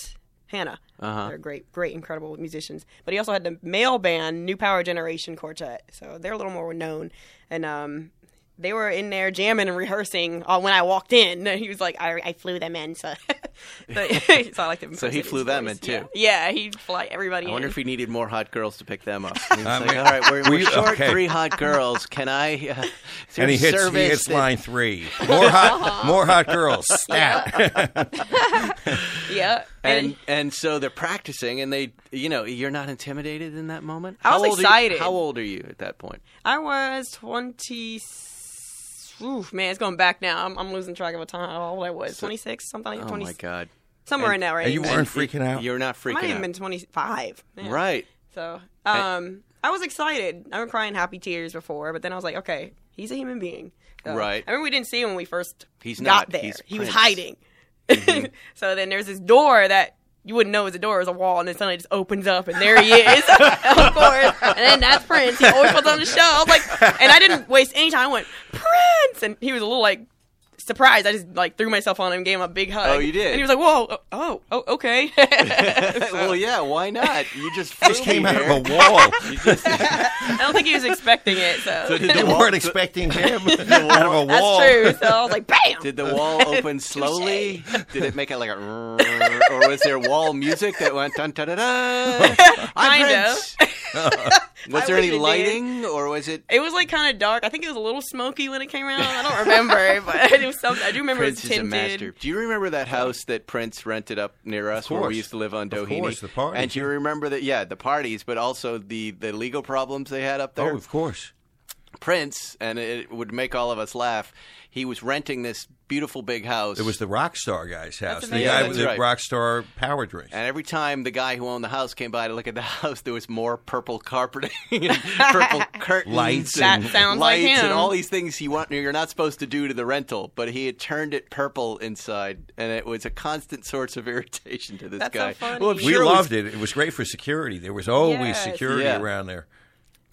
Speaker 7: Hannah.
Speaker 4: Uh-huh.
Speaker 7: They're great, great, incredible musicians. But he also had the male band New Power Generation Quartet, so they're a little more known. And um, they were in there jamming and rehearsing uh, when I walked in. He was like, "I, I flew them in," so, so, so I like to
Speaker 4: So he
Speaker 7: impersonate
Speaker 4: flew
Speaker 7: his
Speaker 4: them
Speaker 7: voice.
Speaker 4: in, too.
Speaker 7: Yeah, yeah he fly everybody.
Speaker 4: I wonder
Speaker 7: in.
Speaker 4: if he needed more hot girls to pick them up. He's like,
Speaker 6: mean,
Speaker 4: all right, we're,
Speaker 6: were
Speaker 4: we're
Speaker 6: you-
Speaker 4: short
Speaker 6: Um, okay.
Speaker 4: three hot girls. Can I? Uh, is there
Speaker 6: and he
Speaker 4: a
Speaker 6: hits, he
Speaker 4: service
Speaker 6: hits
Speaker 4: that-
Speaker 6: line three. More hot, more hot girls. Snap.
Speaker 7: yeah,
Speaker 4: And and so they're practicing, and they, you know, you're not intimidated in that moment.
Speaker 7: I was
Speaker 4: How old are you-
Speaker 7: excited.
Speaker 4: how old are you at that point?
Speaker 7: I was 20. Oof, man, it's going back now. I'm, I'm losing track of what time how old I was. 26, something like
Speaker 4: Oh
Speaker 7: 20,
Speaker 4: my god,
Speaker 7: somewhere in that
Speaker 6: And
Speaker 7: range.
Speaker 6: you
Speaker 7: I
Speaker 6: weren't freaking out.
Speaker 4: you're not
Speaker 7: might have
Speaker 4: freaking
Speaker 7: even
Speaker 4: out,
Speaker 7: been 25. Yeah.
Speaker 4: right?
Speaker 7: So, um, I was excited. I remember crying happy tears before, but then I was like, okay, he's a human being. So,
Speaker 4: Right.
Speaker 7: I remember we didn't see him when we first
Speaker 4: He's
Speaker 7: got
Speaker 4: not.
Speaker 7: there.
Speaker 4: He's
Speaker 7: he was
Speaker 4: Prince. Mm-hmm.
Speaker 7: hiding. so then there's this door that you wouldn't know is a door, is a wall, and then suddenly it just opens up, and there he is, of course. And then that's Prince. He always was on the show. I was like, and I didn't waste any time. I went Prince, and he was a little like surprised. I just like threw myself on him, gave him a big hug.
Speaker 4: Oh, you did?
Speaker 7: And he was like, "Whoa, oh, oh, okay." So-
Speaker 4: well, yeah. Why not? You just
Speaker 6: Just came out of a wall.
Speaker 7: I don't think he was expecting it. So,
Speaker 6: They weren't expecting him out of a
Speaker 7: that's
Speaker 6: wall.
Speaker 7: true. So I was like, bam.
Speaker 4: Did the wall open slowly? Did it make it like a, or was there wall music that went dun da da da?
Speaker 7: Kind
Speaker 4: I'm
Speaker 7: of.
Speaker 4: Prince. Was there
Speaker 7: wish
Speaker 4: any
Speaker 7: it did.
Speaker 4: lighting, or was it?
Speaker 7: It was like kind of dark. I think it was a little smoky when it came around. I don't remember, but it was something. I do remember
Speaker 4: Prince
Speaker 7: it was
Speaker 4: is a
Speaker 7: tinted.
Speaker 4: master. Do you remember that house that Prince rented up near us, where
Speaker 6: course.
Speaker 4: we used to live on
Speaker 6: Of
Speaker 4: Doheny?
Speaker 6: course, the parties,
Speaker 4: And do you
Speaker 6: yeah.
Speaker 4: remember that? Yeah, the parties, but also the the legal problems they had up there.
Speaker 6: Oh, of course.
Speaker 4: Prince, and it would make all of us laugh. He was renting this beautiful big house.
Speaker 6: It was the rock star guy's house. The
Speaker 7: amazing.
Speaker 6: guy with
Speaker 7: Yeah,
Speaker 4: that's
Speaker 6: the
Speaker 4: right.
Speaker 6: rock star power drink.
Speaker 4: And every time the guy who owned the house came by to look at the house, there was more purple carpeting and purple curtains.
Speaker 6: Lights
Speaker 4: and
Speaker 7: That sounds like
Speaker 4: lights and
Speaker 7: him.
Speaker 4: all these things you want you're not supposed to do to the rental, but he had turned it purple inside and it was a constant source of irritation to this
Speaker 7: That's so
Speaker 4: guy.
Speaker 7: funny.
Speaker 4: Well, I'm
Speaker 6: We
Speaker 4: sure it was-
Speaker 6: loved it. It was great for security. There was always
Speaker 7: Yes.
Speaker 6: security
Speaker 4: Yeah.
Speaker 6: around there.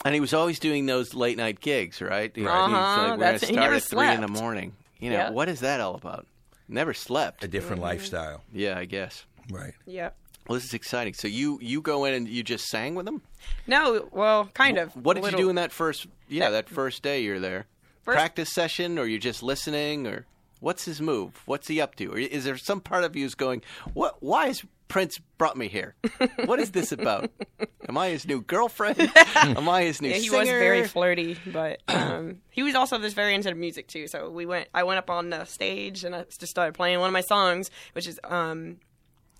Speaker 4: And he was always doing those late night gigs, right? He's
Speaker 7: Uh-huh,
Speaker 4: like, we're gonna
Speaker 7: that's- he
Speaker 4: start
Speaker 7: never
Speaker 4: at three in the
Speaker 7: slept.
Speaker 4: morning. You know,
Speaker 7: Yeah.
Speaker 4: what is that all about? Never slept.
Speaker 6: A different
Speaker 7: Mm-hmm.
Speaker 6: lifestyle.
Speaker 4: Yeah, I guess.
Speaker 6: Right.
Speaker 7: Yeah.
Speaker 4: Well, this is exciting. So you you go in and you just sang with them.
Speaker 7: No, well, kind of.
Speaker 4: What did
Speaker 7: Little-
Speaker 4: you do in that first? Yeah, that first day you're there.
Speaker 7: First-
Speaker 4: Practice session, or you're just listening, or what's his move? What's he up to? Or is there some part of you is going, what? Why is Prince brought me here? What is this about? Am I his new girlfriend? Am I his new
Speaker 7: Yeah, he
Speaker 4: singer?
Speaker 7: was very flirty, but um, he was also just very into music too. So we went. I went up on the stage and I just started playing one of my songs, which is um,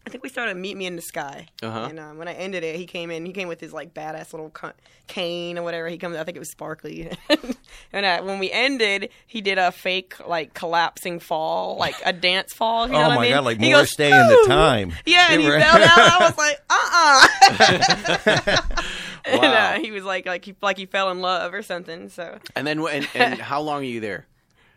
Speaker 7: I think we started "Meet Me in the Sky."
Speaker 4: Uh-huh.
Speaker 7: And um, when I ended it, he came in. He came with his like badass little ca- cane or whatever. He comes. I think it was sparkly. and uh, when we ended, he did a fake like collapsing fall, like a dance fall. You know
Speaker 6: oh
Speaker 7: what
Speaker 6: my
Speaker 7: I mean?
Speaker 6: god! Like
Speaker 7: He
Speaker 6: Morris
Speaker 7: goes,
Speaker 6: Day in the
Speaker 7: "Ooh!"
Speaker 6: time.
Speaker 7: Yeah,
Speaker 6: They
Speaker 7: and he
Speaker 6: were-
Speaker 7: fell down. I was like, uh uh
Speaker 4: wow.
Speaker 7: and, uh, he was like, like he, like he fell in love or something. So,
Speaker 4: and then and, and how long are you there?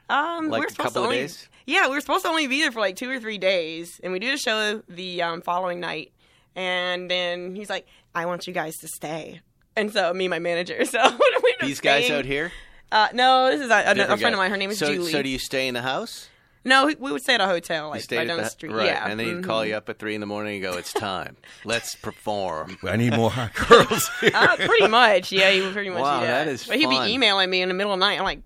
Speaker 7: um,
Speaker 4: Like a
Speaker 7: we were supposed
Speaker 4: couple
Speaker 7: to
Speaker 4: of
Speaker 7: only,
Speaker 4: days?
Speaker 7: Yeah, we were supposed to only be there for like two or three days, and we did a show the um, following night. And then he's like, "I want you guys to stay." And so me, and my manager. So we ended up
Speaker 4: These guys
Speaker 7: staying.
Speaker 4: out here.
Speaker 7: Uh, no, this is a, a, a
Speaker 4: Different
Speaker 7: friend of
Speaker 4: guy.
Speaker 7: mine. Her name is
Speaker 4: so,
Speaker 7: Julie.
Speaker 4: So do you stay in the house?
Speaker 7: no, we would stay at a hotel,
Speaker 4: You
Speaker 7: like
Speaker 4: stay
Speaker 7: right
Speaker 4: at
Speaker 7: down the,
Speaker 4: the-
Speaker 7: street.
Speaker 4: right?
Speaker 7: Yeah, Mm-hmm.
Speaker 4: And then he'd call you up at three in the morning and go, "It's time. Let's perform."
Speaker 6: I need more hot girls.
Speaker 7: Uh, pretty much, yeah. He would pretty much
Speaker 4: Wow,
Speaker 7: do
Speaker 4: that
Speaker 7: that.
Speaker 4: is
Speaker 7: But he'd
Speaker 4: fun.
Speaker 7: be emailing me in the middle of the night. I'm like,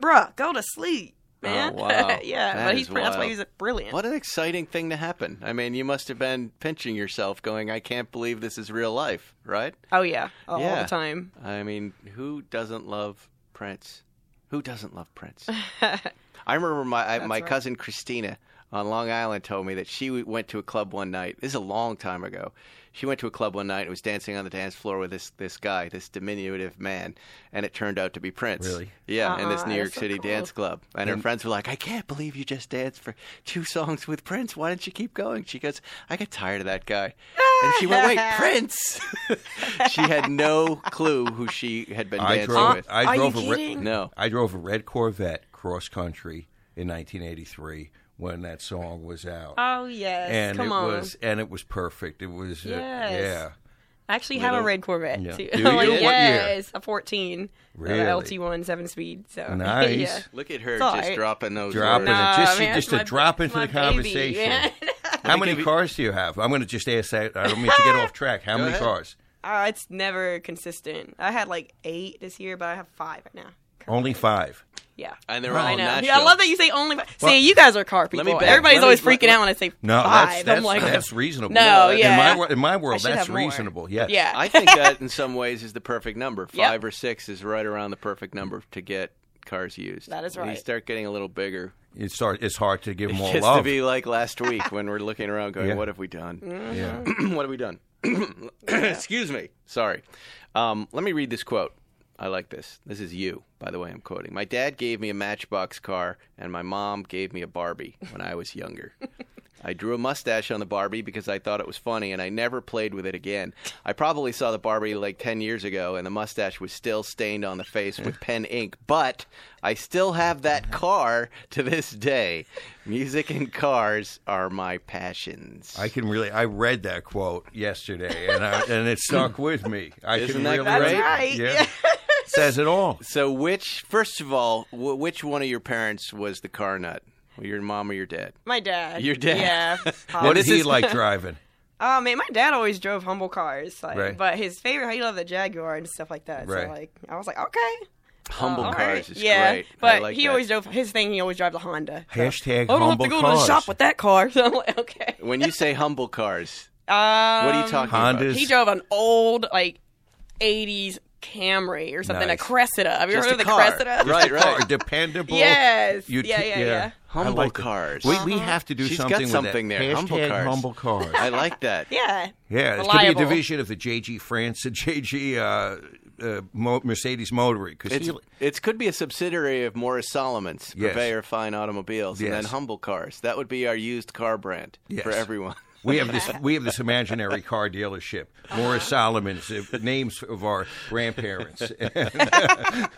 Speaker 7: bruh, go to sleep,
Speaker 6: Oh,
Speaker 7: man.
Speaker 4: wow.
Speaker 7: yeah,
Speaker 4: That
Speaker 7: but he's
Speaker 4: is
Speaker 7: pretty, that's why
Speaker 4: wild.
Speaker 7: he's brilliant.
Speaker 4: What an exciting thing to happen. I mean, you must have been pinching yourself going, I can't believe this is real life, right?
Speaker 7: Oh yeah, all
Speaker 4: Yeah.
Speaker 7: the time.
Speaker 4: I mean, who doesn't love Prince? Who doesn't love Prince? I remember my I, my cousin Christina on Long Island told me that she went to a club one night. This is a long time ago. She went to a club one night and was dancing on the dance floor with this this guy, this diminutive man, and it turned out to be Prince.
Speaker 6: Really?
Speaker 4: Yeah, in this
Speaker 7: Uh-uh,
Speaker 4: New
Speaker 7: that's
Speaker 4: York
Speaker 7: so
Speaker 4: City
Speaker 7: cool.
Speaker 4: dance club. And her friends were like, "I can't believe you just danced for two songs with Prince. Why didn't you keep going?" She goes, "I got tired of that guy." And she went, "Wait, Prince!" she had no clue who she had been
Speaker 6: I
Speaker 4: dancing
Speaker 6: drove.
Speaker 4: with.
Speaker 6: I
Speaker 7: Are
Speaker 6: drove
Speaker 7: you
Speaker 6: a re-
Speaker 7: kidding?
Speaker 4: No.
Speaker 6: I drove a red Corvette cross country in 1983 when that song was out.
Speaker 7: Oh yes,
Speaker 6: and
Speaker 7: come
Speaker 6: it
Speaker 7: on.
Speaker 6: was and it was perfect. It was uh,
Speaker 7: Yes.
Speaker 6: yeah.
Speaker 7: I actually have a red Corvette
Speaker 6: Yeah.
Speaker 7: too.
Speaker 6: Do
Speaker 7: I'm like,
Speaker 6: you? What year?
Speaker 7: yes, a 14,
Speaker 6: Really?
Speaker 7: LT one seven speed. So
Speaker 6: Nice.
Speaker 7: yeah.
Speaker 4: Look at her
Speaker 7: It's all
Speaker 4: just
Speaker 7: right.
Speaker 4: dropping those
Speaker 6: Dropping
Speaker 4: words.
Speaker 6: it. Just,
Speaker 7: Oh, man,
Speaker 6: just
Speaker 7: it's my-
Speaker 6: a drop
Speaker 7: it's
Speaker 6: into
Speaker 7: my
Speaker 6: the
Speaker 7: baby,
Speaker 6: conversation.
Speaker 7: man.
Speaker 6: How
Speaker 4: they
Speaker 6: many
Speaker 4: give you-
Speaker 6: cars do you have? I'm going to just ask that. I don't mean to get off track. How many
Speaker 4: ahead.
Speaker 6: cars?
Speaker 7: Uh, it's never consistent. I had like eight this year, but I have five right now.
Speaker 6: Only five.
Speaker 7: Yeah.
Speaker 4: And they're all
Speaker 7: I know.
Speaker 4: national.
Speaker 7: Yeah, I love that you say only. Five. See, you guys are car people.
Speaker 4: me back-
Speaker 7: Everybody's
Speaker 4: let me-
Speaker 7: always
Speaker 4: let-
Speaker 7: freaking out when I say
Speaker 6: No,
Speaker 7: five.
Speaker 6: that's that's,
Speaker 7: I'm like,
Speaker 6: that's reasonable.
Speaker 7: No,
Speaker 6: In
Speaker 7: yeah.
Speaker 6: my, wor- in my world,
Speaker 7: should
Speaker 6: that's
Speaker 7: have more.
Speaker 6: reasonable. Yes.
Speaker 7: yeah.
Speaker 4: I think that in some ways is the perfect number.
Speaker 7: Yep.
Speaker 4: Five or six is right around the perfect number to get cars used.
Speaker 7: That is
Speaker 4: When
Speaker 7: right.
Speaker 4: you start getting a little bigger,
Speaker 6: It's hard, it's hard to give them all
Speaker 4: it gets
Speaker 6: love.
Speaker 4: to be like last week when we're looking around going,
Speaker 6: Yeah.
Speaker 4: what have we done?
Speaker 7: Mm-hmm.
Speaker 6: yeah.
Speaker 4: what have we done? Excuse me. Sorry. Um, let me read this quote. I like this. This is you, by the way, I'm quoting. My dad gave me a Matchbox car, and my mom gave me a Barbie when I was younger. I drew a mustache on the Barbie because I thought it was funny, and I never played with it again. I probably saw the Barbie like 10 years ago, and the mustache was still stained on the face with pen ink, but I still have that car to this day. Music and cars are my passions.
Speaker 6: I can really. I read that quote yesterday, and I, and it stuck with me. I
Speaker 4: Isn't
Speaker 6: can
Speaker 4: that
Speaker 6: really
Speaker 4: great?
Speaker 7: That's right.
Speaker 6: Yeah. Says it all.
Speaker 4: So, which, first of all, w- which one of your parents was the car nut? Well, Your mom or your dad?
Speaker 7: my dad.
Speaker 4: Your dad.
Speaker 7: Yeah.
Speaker 6: What
Speaker 7: Um,
Speaker 6: did he like driving?
Speaker 7: Oh man, my dad always drove humble cars, like,
Speaker 6: Right.
Speaker 7: but his favorite, he loved the Jaguar and stuff like that.
Speaker 6: Right.
Speaker 7: So like, I was like, okay,
Speaker 4: Humble
Speaker 7: Uh, all
Speaker 4: cars
Speaker 7: right.
Speaker 4: is
Speaker 7: yeah.
Speaker 4: great. I
Speaker 7: But
Speaker 4: like
Speaker 7: he
Speaker 4: that.
Speaker 7: always drove his thing. He always drove the Honda. So,
Speaker 6: Hashtag
Speaker 7: I don't have
Speaker 6: humble
Speaker 7: to go to
Speaker 6: cars.
Speaker 7: the shop with that car. So I'm like, okay.
Speaker 4: When you say humble cars,
Speaker 7: Um,
Speaker 4: what are you talking
Speaker 6: Hondas.
Speaker 4: about?
Speaker 7: He drove an old like '80s Camry or something,
Speaker 6: Nice.
Speaker 7: a Cressida. Have you
Speaker 4: Just
Speaker 7: heard
Speaker 4: a
Speaker 7: of the
Speaker 4: car.
Speaker 7: Cressida?
Speaker 4: Right,
Speaker 6: Car,
Speaker 4: right.
Speaker 6: dependable.
Speaker 7: Yes.
Speaker 6: You
Speaker 7: yeah,
Speaker 6: t-
Speaker 7: yeah, yeah,
Speaker 6: yeah.
Speaker 4: Humble
Speaker 6: I like that.
Speaker 4: cars.
Speaker 6: We, we have to do
Speaker 4: She's got
Speaker 6: something. with that.
Speaker 4: something there.
Speaker 6: Hashtag
Speaker 4: Humble cars.
Speaker 6: humble cars.
Speaker 4: I like that.
Speaker 7: Yeah.
Speaker 6: Yeah, it could be a
Speaker 7: Reliable.
Speaker 6: division of the JG France and JG uh, uh, Mo- Mercedes Motory because
Speaker 4: It's, it could be a subsidiary of Morris Solomon's,
Speaker 6: Yes.
Speaker 4: purveyor of fine automobiles, and
Speaker 6: Yes.
Speaker 4: then Humble Cars. That would be our used car brand
Speaker 6: Yes.
Speaker 4: for everyone.
Speaker 6: we have this we have this imaginary car dealership. Morris
Speaker 7: Uh-huh.
Speaker 6: Solomon's uh, names of our grandparents.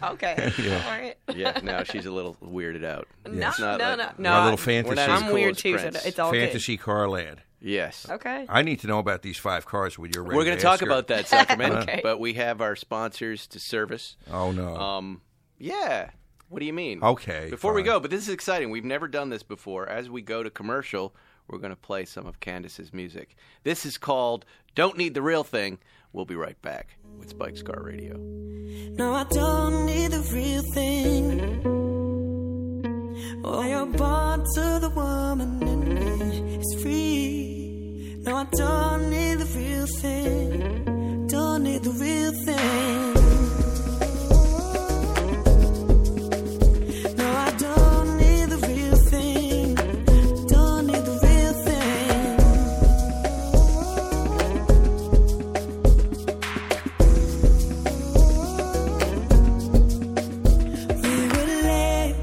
Speaker 7: Okay. All right.
Speaker 4: yeah, no, she's a little weirded out.
Speaker 7: No,
Speaker 4: It's
Speaker 7: no,
Speaker 4: not
Speaker 7: no,
Speaker 4: like-
Speaker 7: no,
Speaker 6: My little fantasy.
Speaker 4: We're not as
Speaker 7: I'm
Speaker 4: cool
Speaker 7: weird
Speaker 4: as
Speaker 7: too, so
Speaker 4: Prince.
Speaker 7: it's all
Speaker 6: fantasy car land.
Speaker 4: Yes.
Speaker 7: good. Okay.
Speaker 6: I need to know about these five cars when you're ready.
Speaker 4: We're going to
Speaker 6: to
Speaker 4: talk
Speaker 6: ask her.
Speaker 4: about that supplement,
Speaker 7: Okay.
Speaker 4: but we have our sponsors to service.
Speaker 6: Oh no.
Speaker 4: Um, yeah. What do you mean?
Speaker 6: Okay,
Speaker 4: Before we
Speaker 6: fine.
Speaker 4: go, but this is exciting. We've never done this before. As we go to commercial, we're going to play some of Candace's music. This is called "Don't Need the Real Thing." We'll be right back with Spike's Car Radio.
Speaker 8: No, I don't need the real thing. Oh, you're born to the woman in me. It's free. No, I don't need the real thing. Don't need the real thing. No, I don't need the real thing. Don't need the real thing. We were late.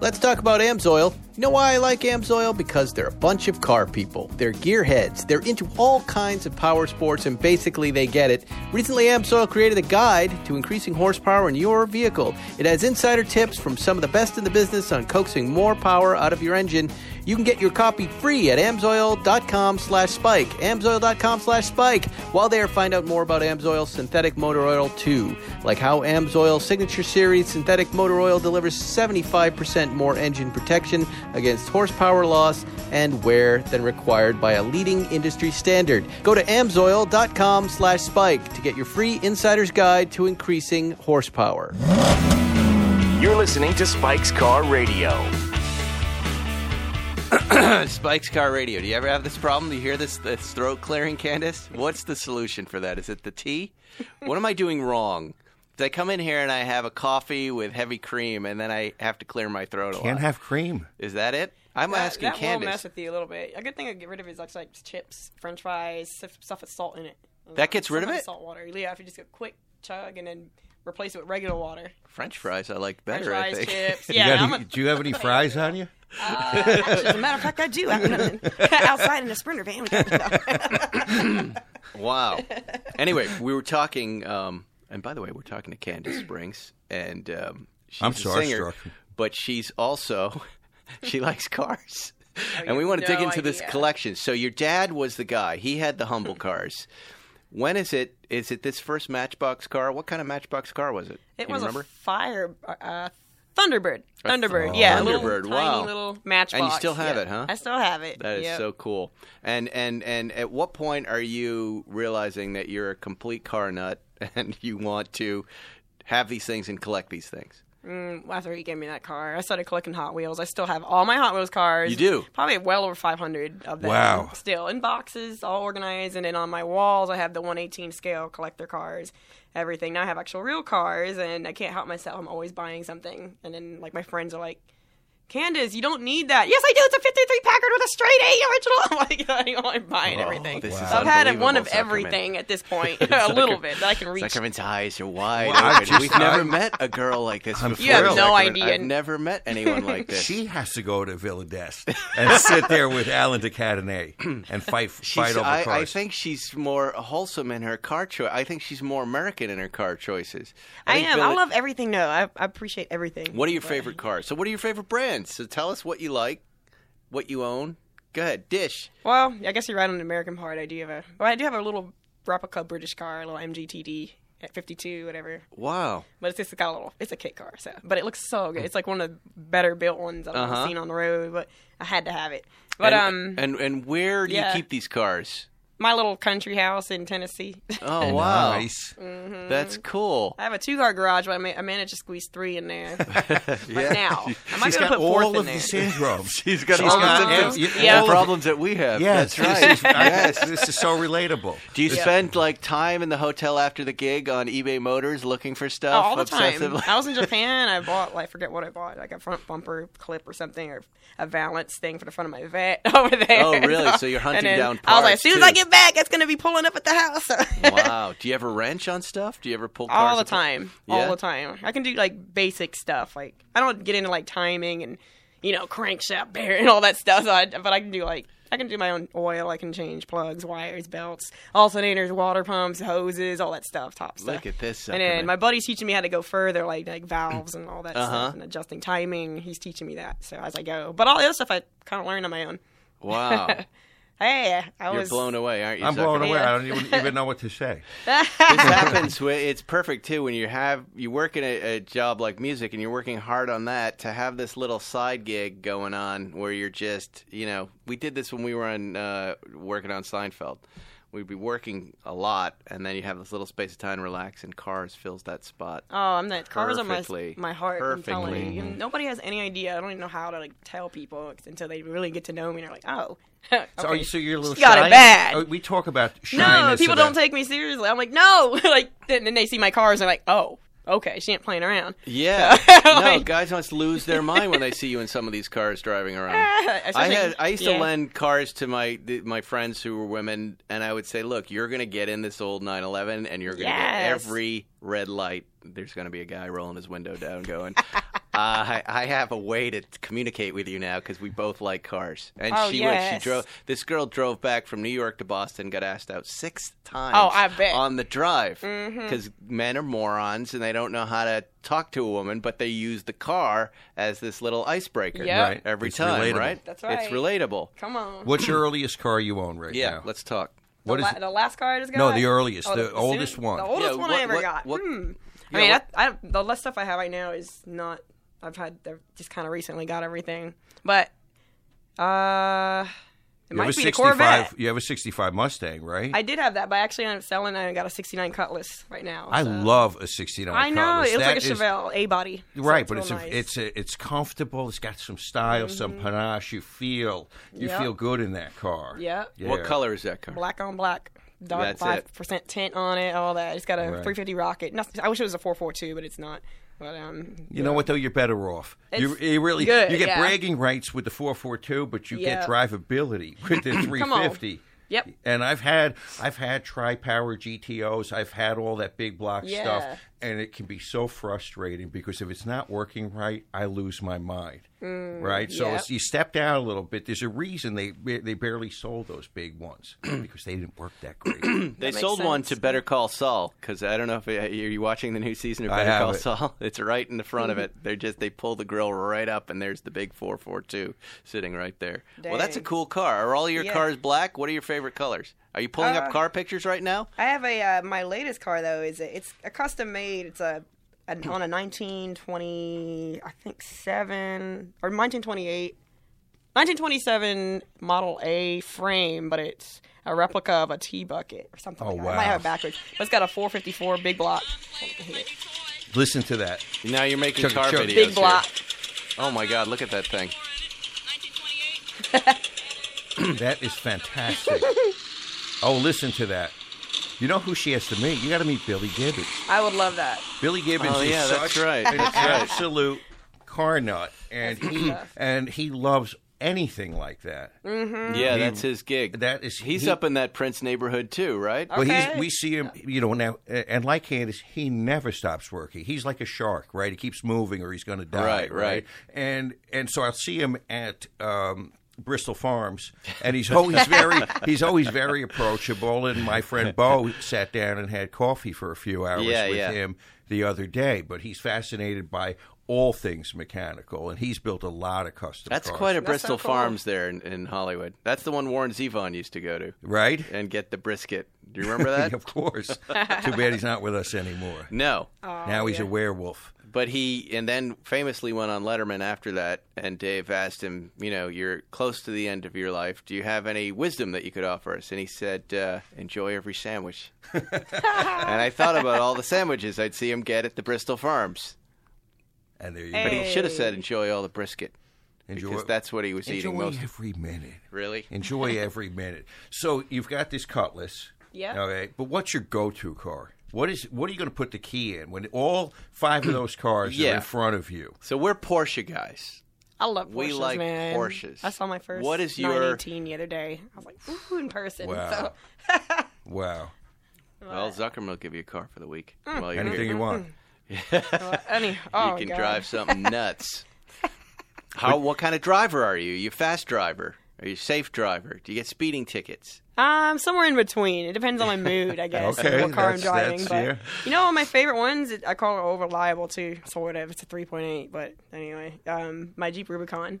Speaker 4: Let's talk about Amsoil. You know why I like Amsoil? Because they're a bunch of car people. They're gearheads. They're into all kinds of power sports, and basically they get it. Recently, Amsoil created a guide to increasing horsepower in your vehicle. It has insider tips from some of the best in the business on coaxing more power out of your engine. You can get your copy free at amsoil.com slash spike. Amsoil.com slash spike. While there, find out more about Amsoil Synthetic Motor Oil 2, like how Amsoil Signature Series Synthetic Motor Oil delivers 75% more engine protection against horsepower loss and wear than required by a leading industry standard. Go to amsoil.com slash spike to get your free insider's guide to increasing horsepower.
Speaker 5: You're listening to Spike's Car Radio.
Speaker 4: Spike's Car Radio. Do you ever have this problem? Do you hear this, this throat clearing, Candace? What's the solution for that? Is it the tea? What am I doing wrong? Did I come in here and I have a coffee with heavy cream and then I have to clear my throat a
Speaker 6: Can't
Speaker 4: lot?
Speaker 6: have cream.
Speaker 4: Is that it? I'm
Speaker 7: That-
Speaker 4: asking
Speaker 7: that will mess
Speaker 4: Candace.
Speaker 7: with you a little bit. A good thing to get rid of is like, like chips, French fries, stuff- stuff with salt in it.
Speaker 4: That gets rid of
Speaker 7: Sometimes
Speaker 4: it?
Speaker 7: Salt water. Yeah, if you just get a quick chug and then replace it with regular water.
Speaker 4: French fries I like better,
Speaker 7: French
Speaker 4: I
Speaker 7: fries,
Speaker 4: think.
Speaker 7: chips.
Speaker 6: You
Speaker 7: Yeah,
Speaker 6: got
Speaker 7: I'm a,
Speaker 6: any- do you have any fries on you?
Speaker 7: actually, as a matter of fact, I do. I have outside in a sprinter van. We got
Speaker 4: Wow. anyway, we were talking, um, and by the way, we're talking to Candace Springs, and um, she's
Speaker 6: I'm
Speaker 4: a singer,
Speaker 6: starstruck.
Speaker 4: but she's also she likes cars. And we
Speaker 7: Oh, have
Speaker 4: want to dig
Speaker 7: no
Speaker 4: into this
Speaker 7: idea.
Speaker 4: collection. So your dad was the guy; he had the humble cars. When is it? Is it this first Matchbox car? What kind of Matchbox car was it?
Speaker 7: It
Speaker 4: Can you
Speaker 7: was a
Speaker 4: remember?
Speaker 7: fire. Uh, Thunderbird. Thunderbird.
Speaker 4: Oh,
Speaker 7: yeah. a little
Speaker 4: Thunderbird,
Speaker 7: Tiny
Speaker 4: wow.
Speaker 7: little matchbox.
Speaker 4: And you still have
Speaker 7: yeah.
Speaker 4: it, huh?
Speaker 7: I still have it.
Speaker 4: That is
Speaker 7: Yep.
Speaker 4: so cool. And and and at what point are you realizing that you're a complete car nut and you want to have these things and collect these things?
Speaker 7: After he gave me that car, I started collecting Hot Wheels. I still have all my Hot Wheels cars.
Speaker 4: You do?
Speaker 7: Probably well over 500 of them.
Speaker 6: Wow.
Speaker 7: Still in boxes, all organized. And then on my walls, I have the 118 scale collector cars, everything. Now I have actual real cars, and I can't help myself. I'm always buying something. And then, like, my friends are like, Candace, you don't need that. Yes, I do. It's a 53 Packard with a straight A original. I'm like, I'm buying everything.
Speaker 4: Oh, this
Speaker 7: so
Speaker 4: is
Speaker 7: I've had
Speaker 4: unbelievable,
Speaker 7: one of
Speaker 4: Zuckerman.
Speaker 7: everything at this point, a little bit that I can reach.
Speaker 4: Zuckerman's eyes are wide
Speaker 6: Wow,
Speaker 4: open.
Speaker 6: just-
Speaker 4: We've never met a girl like this before.
Speaker 7: You have no
Speaker 4: Zuckerman.
Speaker 7: idea.
Speaker 4: I've never met anyone like this.
Speaker 6: She has to go to Villa d'Este and sit there with Alan de Cadenet and fight
Speaker 4: She's-
Speaker 6: fight over
Speaker 4: I,
Speaker 6: cars.
Speaker 4: I think she's more wholesome in her car choice. I think she's more American in her car choices.
Speaker 7: I
Speaker 4: think
Speaker 7: am. I
Speaker 4: Billie-
Speaker 7: love everything, though. I, I appreciate everything.
Speaker 4: What are your favorite cars? So, what are your favorite brands? So, tell us what you like, what you own. Go ahead, dish.
Speaker 7: Well, I guess you're right on the American part. I do have a, well, I do have a little replica British car, a little MGTD at 52, whatever.
Speaker 4: Wow.
Speaker 7: But it's just got a little, it's a kit car, so. But it looks so good. It's like one of the better built ones I've ever
Speaker 4: Uh-huh.
Speaker 7: seen on the road. But I had to have it. But um,
Speaker 4: and, and and where do
Speaker 7: yeah.
Speaker 4: you keep these cars?
Speaker 7: my little country house in Tennessee.
Speaker 4: Oh wow,
Speaker 6: Nice.
Speaker 7: Mm.
Speaker 4: that's cool.
Speaker 7: I have a two-car garage, but I, ma- I managed to squeeze three in there right now. I might
Speaker 6: She's
Speaker 7: be
Speaker 6: got
Speaker 7: able to put fourth
Speaker 6: all
Speaker 7: in
Speaker 6: of the
Speaker 7: there.
Speaker 6: syndromes.
Speaker 4: He's got
Speaker 6: She's
Speaker 4: all
Speaker 6: got
Speaker 4: the symptoms,
Speaker 6: every-
Speaker 7: yeah.
Speaker 4: all
Speaker 6: all of it.
Speaker 4: problems that we have.
Speaker 6: Yes,
Speaker 4: that's
Speaker 6: This is,
Speaker 4: right.
Speaker 6: I-
Speaker 4: yes.
Speaker 6: this is so relatable.
Speaker 4: Do you spend like time in the hotel after the gig on eBay Motors looking for
Speaker 7: Oh,
Speaker 4: stuff
Speaker 7: all the time.
Speaker 4: obsessively?
Speaker 7: I was in Japan. I bought, like, I forget what I bought, like a front bumper clip or something, or a valance thing for the front of my vet over there.
Speaker 4: Oh, really? So you're hunting
Speaker 7: and then
Speaker 4: down
Speaker 7: I was like, as
Speaker 4: parts,
Speaker 7: soon as I
Speaker 4: too."
Speaker 7: get back, it's going to be pulling up at the house.
Speaker 4: wow. Do you ever wrench on stuff? Do you ever pull cars
Speaker 7: all the
Speaker 4: apart?
Speaker 7: time.
Speaker 4: Yeah?
Speaker 7: All the time. I can do, like, basic stuff. Like, I don't get into, like, timing and, you know, crankshaft bearing and all that stuff, so I, but I can do, like, I can do my own oil. I can change plugs, wires, belts, alternators, water pumps, hoses, all that stuff, top stuff.
Speaker 4: Look at this.
Speaker 7: And then
Speaker 4: Zuckerman.
Speaker 7: my buddy's teaching me how to go further, like like valves and all that
Speaker 4: Uh-huh.
Speaker 7: stuff, and adjusting timing. He's teaching me that, so as I go. But all the other stuff I kind of learned on my own.
Speaker 4: wow,
Speaker 7: Hey, I
Speaker 4: you're
Speaker 7: was
Speaker 4: blown away, aren't you?
Speaker 6: I'm blown
Speaker 4: Zuckerman?
Speaker 6: away. I don't even, even know what to say.
Speaker 4: this happens. When, it's perfect too when you have you work in a, a job like music and you're working hard on that to have this little side gig going on where you're just you know we did this when we were on uh, working on Seinfeld. We'd be working a lot, and then you have this little space of time to relax, and Cars fills that spot.
Speaker 7: Oh, I'm that cars on my
Speaker 4: Perfectly.
Speaker 7: my heart. I'm telling
Speaker 4: Perfectly.
Speaker 7: you,
Speaker 6: Mm-hmm.
Speaker 7: And nobody has any idea. I don't even know how to like tell people until they really get to know me. and They're like, oh, okay.
Speaker 6: So are you, so you're a little
Speaker 7: She got it
Speaker 6: shy?
Speaker 7: bad.
Speaker 6: Oh, We talk about shyness.
Speaker 7: Uh, no, people
Speaker 6: about-
Speaker 7: don't take me seriously. I'm like, no, like then, then they see my cars and they're like, oh, okay, she ain't playing around.
Speaker 4: Yeah, no,
Speaker 7: Like-
Speaker 4: guys must lose their mind when they see you in some of these cars driving around. I
Speaker 7: Especially-
Speaker 4: had I used to
Speaker 7: yeah.
Speaker 4: lend cars to my th- my friends who were women, and I would say, "Look, you're going to get in this old 911, and you're going to get
Speaker 7: Yes.
Speaker 4: every red light. There's going to be a guy rolling his window down, going." I, I have a way to communicate with you now because we both like cars. And
Speaker 7: Oh,
Speaker 4: she went.
Speaker 7: yes.
Speaker 4: She drove. This girl drove back from New York to Boston, got asked out six times.
Speaker 7: Oh, I bet. Mm-hmm.
Speaker 4: on the drive because men are morons and they don't know how to talk to a woman, but they use the car as this little icebreaker.
Speaker 7: Yep. Right.
Speaker 4: Every
Speaker 6: It's
Speaker 4: time,
Speaker 6: relatable.
Speaker 4: right?
Speaker 7: That's
Speaker 4: It's
Speaker 7: right.
Speaker 4: relatable.
Speaker 7: Come on.
Speaker 6: What's your earliest car you own right
Speaker 4: Yeah,
Speaker 6: now?
Speaker 4: let's talk.
Speaker 6: What
Speaker 7: the,
Speaker 6: is
Speaker 7: la- the last car I just got?
Speaker 6: No, the earliest, the
Speaker 7: soon-
Speaker 6: oldest one.
Speaker 7: The oldest
Speaker 4: Yeah,
Speaker 7: one
Speaker 4: what-
Speaker 7: I ever
Speaker 4: what-
Speaker 7: got.
Speaker 4: what-
Speaker 7: hmm.
Speaker 4: yeah,
Speaker 7: I mean,
Speaker 4: what-
Speaker 7: I, I, the less stuff I have right now is not. I've had I've just kind of recently got everything, but uh, it
Speaker 6: You have
Speaker 7: might
Speaker 6: a
Speaker 7: be the
Speaker 6: 65.
Speaker 7: Corvette.
Speaker 6: You have a 65 Mustang, right?
Speaker 7: I did have that, but I actually ended up selling. it and I got a '69 Cutlass right now.
Speaker 6: I
Speaker 7: so.
Speaker 6: love a 69
Speaker 7: I know
Speaker 6: Cutlass.
Speaker 7: it was
Speaker 6: That
Speaker 7: like a
Speaker 6: is-
Speaker 7: Chevelle A body. so
Speaker 6: Right, but it's
Speaker 7: real
Speaker 6: a,
Speaker 7: nice. Mm-hmm.
Speaker 6: it's a, it's comfortable. It's got some style, some panache. You feel you
Speaker 7: Yep.
Speaker 6: feel good in that car.
Speaker 7: Yep.
Speaker 4: What
Speaker 6: Yeah.
Speaker 4: color is that car?
Speaker 7: black on black, dark
Speaker 4: That's it.
Speaker 7: five percent tint on it, all that. It's got a
Speaker 6: Right.
Speaker 7: 350 rocket. Nothing, I wish it was a 442, but it's not. But um,
Speaker 6: You know what though? You're better off. You,
Speaker 7: It's
Speaker 6: you really
Speaker 7: good,
Speaker 6: you get
Speaker 7: yeah.
Speaker 6: bragging rights with the 442, but you
Speaker 7: Yeah.
Speaker 6: get drivability with the 350.
Speaker 7: Yep.
Speaker 6: And I've had I've had tri power GTOs. I've had all that big block
Speaker 7: Yeah.
Speaker 6: stuff, and it can be so frustrating because if it's not working right, I lose my mind. right. So
Speaker 7: Mm, yeah.
Speaker 6: it's, you step down a little bit. There's a reason they they barely sold those big ones because they didn't work that great.
Speaker 4: They
Speaker 7: makes
Speaker 4: sold one to
Speaker 7: sense.
Speaker 4: Better Call Saul because I don't know if uh, are you watching the new season of
Speaker 6: I
Speaker 4: Better
Speaker 6: have
Speaker 4: Call
Speaker 6: it.
Speaker 4: Saul. It's right in the front of it. They're just they pull the grill right up and there's the big 442 sitting right there. Well, that's a
Speaker 7: Dang.
Speaker 4: cool car. Are all your
Speaker 7: Yeah. Uh,
Speaker 4: cars black? What are your favorite colors? Are you pulling up car pictures right now?
Speaker 7: I have a uh, my latest car though is a, it's a custom made. It's a and on a 1920, I think seven or 1928, 1927 Model A frame, but it's a replica of a tea bucket or something.
Speaker 6: Oh,
Speaker 7: like that.
Speaker 6: wow.
Speaker 7: I might have it backwards. But it's got a 454 big block,
Speaker 6: Listen to that.
Speaker 4: Now you're making
Speaker 6: Chuck-
Speaker 4: car
Speaker 6: Chuck-
Speaker 4: videos.
Speaker 7: big
Speaker 4: here.
Speaker 7: block.
Speaker 4: Oh my God! Look at that thing.
Speaker 6: That is fantastic. oh, listen to that. You know who she has to meet? You got to meet Billy Gibbons.
Speaker 7: I would love that.
Speaker 6: Billy Gibbons
Speaker 4: Oh,
Speaker 6: is
Speaker 4: yeah, that's
Speaker 6: such
Speaker 4: right.
Speaker 6: an
Speaker 4: That's right.
Speaker 6: absolute car nut, and he and he loves anything like that.
Speaker 7: Mm.
Speaker 4: Yeah, that's his gig.
Speaker 6: that is-
Speaker 4: He's
Speaker 6: he-
Speaker 4: up in that Prince neighborhood too, right?
Speaker 6: Well, he's,
Speaker 7: Okay.
Speaker 6: we see him, you know, now, and like Candace, he never stops working. He's like a shark, right? He keeps moving, or he's going to die,
Speaker 4: Right, right.
Speaker 6: And and so I'll see him at um, Bristol Farms, and he's always very he's always very approachable. And my friend Bo sat down and had coffee for a few hours
Speaker 4: Yeah,
Speaker 6: with
Speaker 4: yeah.
Speaker 6: him the other day. But he's fascinated by all things mechanical, and he's built a lot of custom.
Speaker 4: That's
Speaker 6: cars,
Speaker 4: quite a
Speaker 7: so
Speaker 4: Bristol
Speaker 7: cool.
Speaker 4: Farms there in, in Hollywood. That's the one Warren Zevon used to go to
Speaker 6: right.
Speaker 4: and get the brisket. Do you remember that?
Speaker 6: of course. Too bad he's not with us anymore.
Speaker 4: no.
Speaker 6: now he's a werewolf.
Speaker 4: But he, and then famously went on Letterman after that, and Dave asked him, you know, you're close to the end of your life. Do you have any wisdom that you could offer us? And he said, uh, enjoy every sandwich. and I thought about all the sandwiches I'd see him get at the Bristol Farms.
Speaker 6: And there you
Speaker 4: But
Speaker 6: go.
Speaker 4: he should have said, enjoy all the brisket,
Speaker 6: Enjoy-
Speaker 4: because that's what he was eating
Speaker 6: Enjoy
Speaker 4: most of.
Speaker 6: every minute.
Speaker 4: Really?
Speaker 6: Enjoy every minute. So you've got this cutlass.
Speaker 7: Yeah.
Speaker 6: Okay. But what's your go-to car? What is? What are you going to put the key in when all five of those cars are
Speaker 4: Yeah.
Speaker 6: in front of you?
Speaker 4: So we're Porsche guys.
Speaker 7: I love Porsches,
Speaker 4: We like
Speaker 7: man.
Speaker 4: Porsches.
Speaker 7: I saw my first
Speaker 4: What is your-
Speaker 7: 918 the other day. I was like, ooh, in person.
Speaker 6: Wow.
Speaker 7: So,
Speaker 6: Wow. Mm.
Speaker 4: Well, Zuckerman will give you a car for the week while you're
Speaker 6: Anything
Speaker 4: here.
Speaker 7: Mm-hmm.
Speaker 6: you want.
Speaker 7: well, any, oh,
Speaker 4: you can
Speaker 7: God.
Speaker 4: drive something nuts. How? What kind of driver are you? You fast driver? Are you safe driver? Do you get speeding tickets?
Speaker 7: Um, somewhere in between. It depends on my mood, I guess.
Speaker 6: Okay,
Speaker 7: and what car I'm
Speaker 6: that's-
Speaker 7: driving.
Speaker 6: that's-
Speaker 7: but
Speaker 6: yeah.
Speaker 7: you know, one of my favorite ones. It, I call it over reliable too, sort of. It's a 3.8, but anyway, um, my Jeep Rubicon.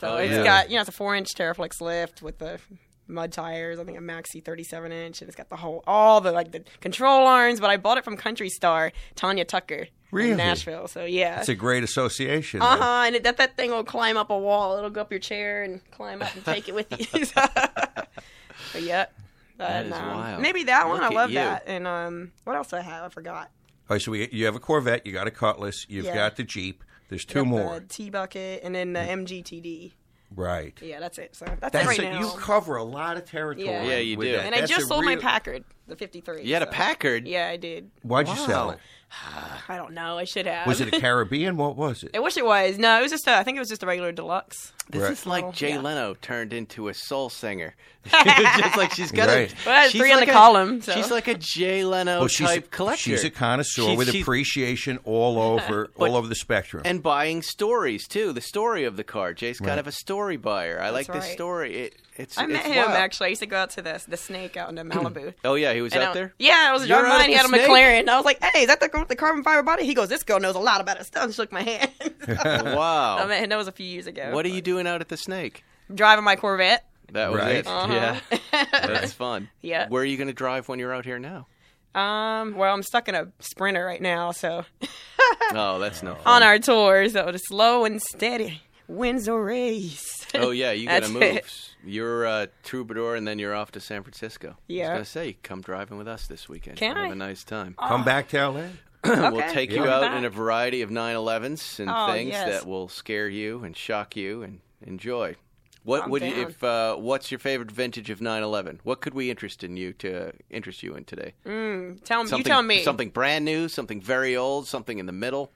Speaker 7: So
Speaker 4: Oh,
Speaker 7: it's
Speaker 4: yeah.
Speaker 7: got you know it's a four inch Terraflex lift with the mud tires. I think a Maxi 37 inch, and it's got the whole all the like the control arms. But I bought it from Country Star Tanya Tucker
Speaker 6: Really?
Speaker 7: in Nashville. So yeah.
Speaker 6: It's a great association.
Speaker 7: uh
Speaker 6: man.
Speaker 7: huh, and it, that that thing will climb up a wall. It'll go up your chair and climb up and take it with you. but yeah,
Speaker 4: That is
Speaker 7: no.
Speaker 4: wild.
Speaker 7: Maybe that one.
Speaker 4: Look
Speaker 7: I
Speaker 4: at
Speaker 7: love
Speaker 4: you.
Speaker 7: that. And um, what else do I have? I forgot.
Speaker 6: All right. So we, you have a Corvette. You got a cutlass. You've
Speaker 7: Yeah.
Speaker 6: got the Jeep. There's two more.
Speaker 7: The T bucket and then the
Speaker 4: Mm-hmm.
Speaker 7: MGTD.
Speaker 6: Right.
Speaker 7: Yeah, that's it. So that's,
Speaker 6: That's
Speaker 7: it right
Speaker 6: a,
Speaker 7: now.
Speaker 6: you cover a lot of territory.
Speaker 7: Yeah.
Speaker 4: Yeah, you
Speaker 6: with
Speaker 4: do.
Speaker 6: that.
Speaker 7: and I
Speaker 6: That's
Speaker 7: just
Speaker 6: a
Speaker 7: sold my
Speaker 6: real-
Speaker 7: Packard, the 53.
Speaker 4: You had a
Speaker 7: so-
Speaker 4: Packard.
Speaker 7: Yeah, I did.
Speaker 6: Why'd you sell
Speaker 4: Wow.
Speaker 6: it?
Speaker 7: I don't know. I should have.
Speaker 6: Was it a Caribbean? What was it?
Speaker 7: I wish it was. No, it was just. A, I think it was just a regular deluxe.
Speaker 4: This
Speaker 6: Right.
Speaker 4: is like Jay
Speaker 7: Oh, yeah.
Speaker 4: Leno turned into a soul singer. Just like she's got
Speaker 6: Right.
Speaker 4: a,
Speaker 7: Well, that's
Speaker 4: she's
Speaker 7: three on
Speaker 4: like
Speaker 7: the
Speaker 4: a-
Speaker 7: column, so.
Speaker 4: She's like a Jay Leno
Speaker 6: she's,
Speaker 4: type collector.
Speaker 6: she's a connoisseur
Speaker 4: She's-
Speaker 6: with
Speaker 4: she's-
Speaker 6: appreciation all over all over the spectrum.
Speaker 4: and buying stories too. The story of the car. Jay's kind of a story buyer. I like this
Speaker 7: right.
Speaker 4: story. It, it's
Speaker 7: I met
Speaker 4: it's
Speaker 7: him
Speaker 4: wild.
Speaker 7: actually. I used to go out to the the snake out into Malibu.
Speaker 4: Oh yeah, he was
Speaker 7: And
Speaker 4: out
Speaker 7: I-
Speaker 4: there.
Speaker 7: Yeah, I was
Speaker 4: You're
Speaker 7: driving
Speaker 4: out
Speaker 7: by
Speaker 4: at
Speaker 7: and he had a
Speaker 4: the
Speaker 7: McLaren. I was like, hey, is that the girl with the carbon fiber body? He goes, this girl knows a lot about her stuff. And shook my hand.
Speaker 4: Wow.
Speaker 7: I met him. That was a few years ago.
Speaker 4: what are you doing out at the Snake?
Speaker 7: Driving my Corvette.
Speaker 4: That was
Speaker 6: Right.
Speaker 4: it. Yeah, that's fun.
Speaker 7: Uh-huh. Yeah.
Speaker 4: Where are you going to drive when you're out here now?
Speaker 7: Um, well, I'm stuck in a sprinter right now, so
Speaker 4: Oh, that's no fun.
Speaker 7: on our tour, so it's slow and steady wins the race.
Speaker 4: Oh yeah, you got to
Speaker 7: That's
Speaker 4: move.
Speaker 7: it.
Speaker 4: You're uh, troubadour, and then you're off to San Francisco. I
Speaker 7: Yeah.
Speaker 4: was gonna say, come driving with us this weekend.
Speaker 7: Can
Speaker 4: Have
Speaker 7: I? Oh,
Speaker 4: a nice time.
Speaker 6: Come back to LA.
Speaker 4: We'll
Speaker 7: Okay.
Speaker 4: take
Speaker 7: Yeah.
Speaker 4: you
Speaker 7: Come
Speaker 4: out
Speaker 7: back.
Speaker 4: in a variety of 911s and
Speaker 7: Oh,
Speaker 4: things
Speaker 7: yes.
Speaker 4: that will scare you and shock you and enjoy. What
Speaker 7: I'm
Speaker 4: would you,
Speaker 7: down.
Speaker 4: if uh, what's your favorite vintage of 911? What could we interest in you to interest you in today?
Speaker 7: Tell me, you
Speaker 4: Something,
Speaker 7: tell me.
Speaker 4: something brand new, something very old, something in the middle.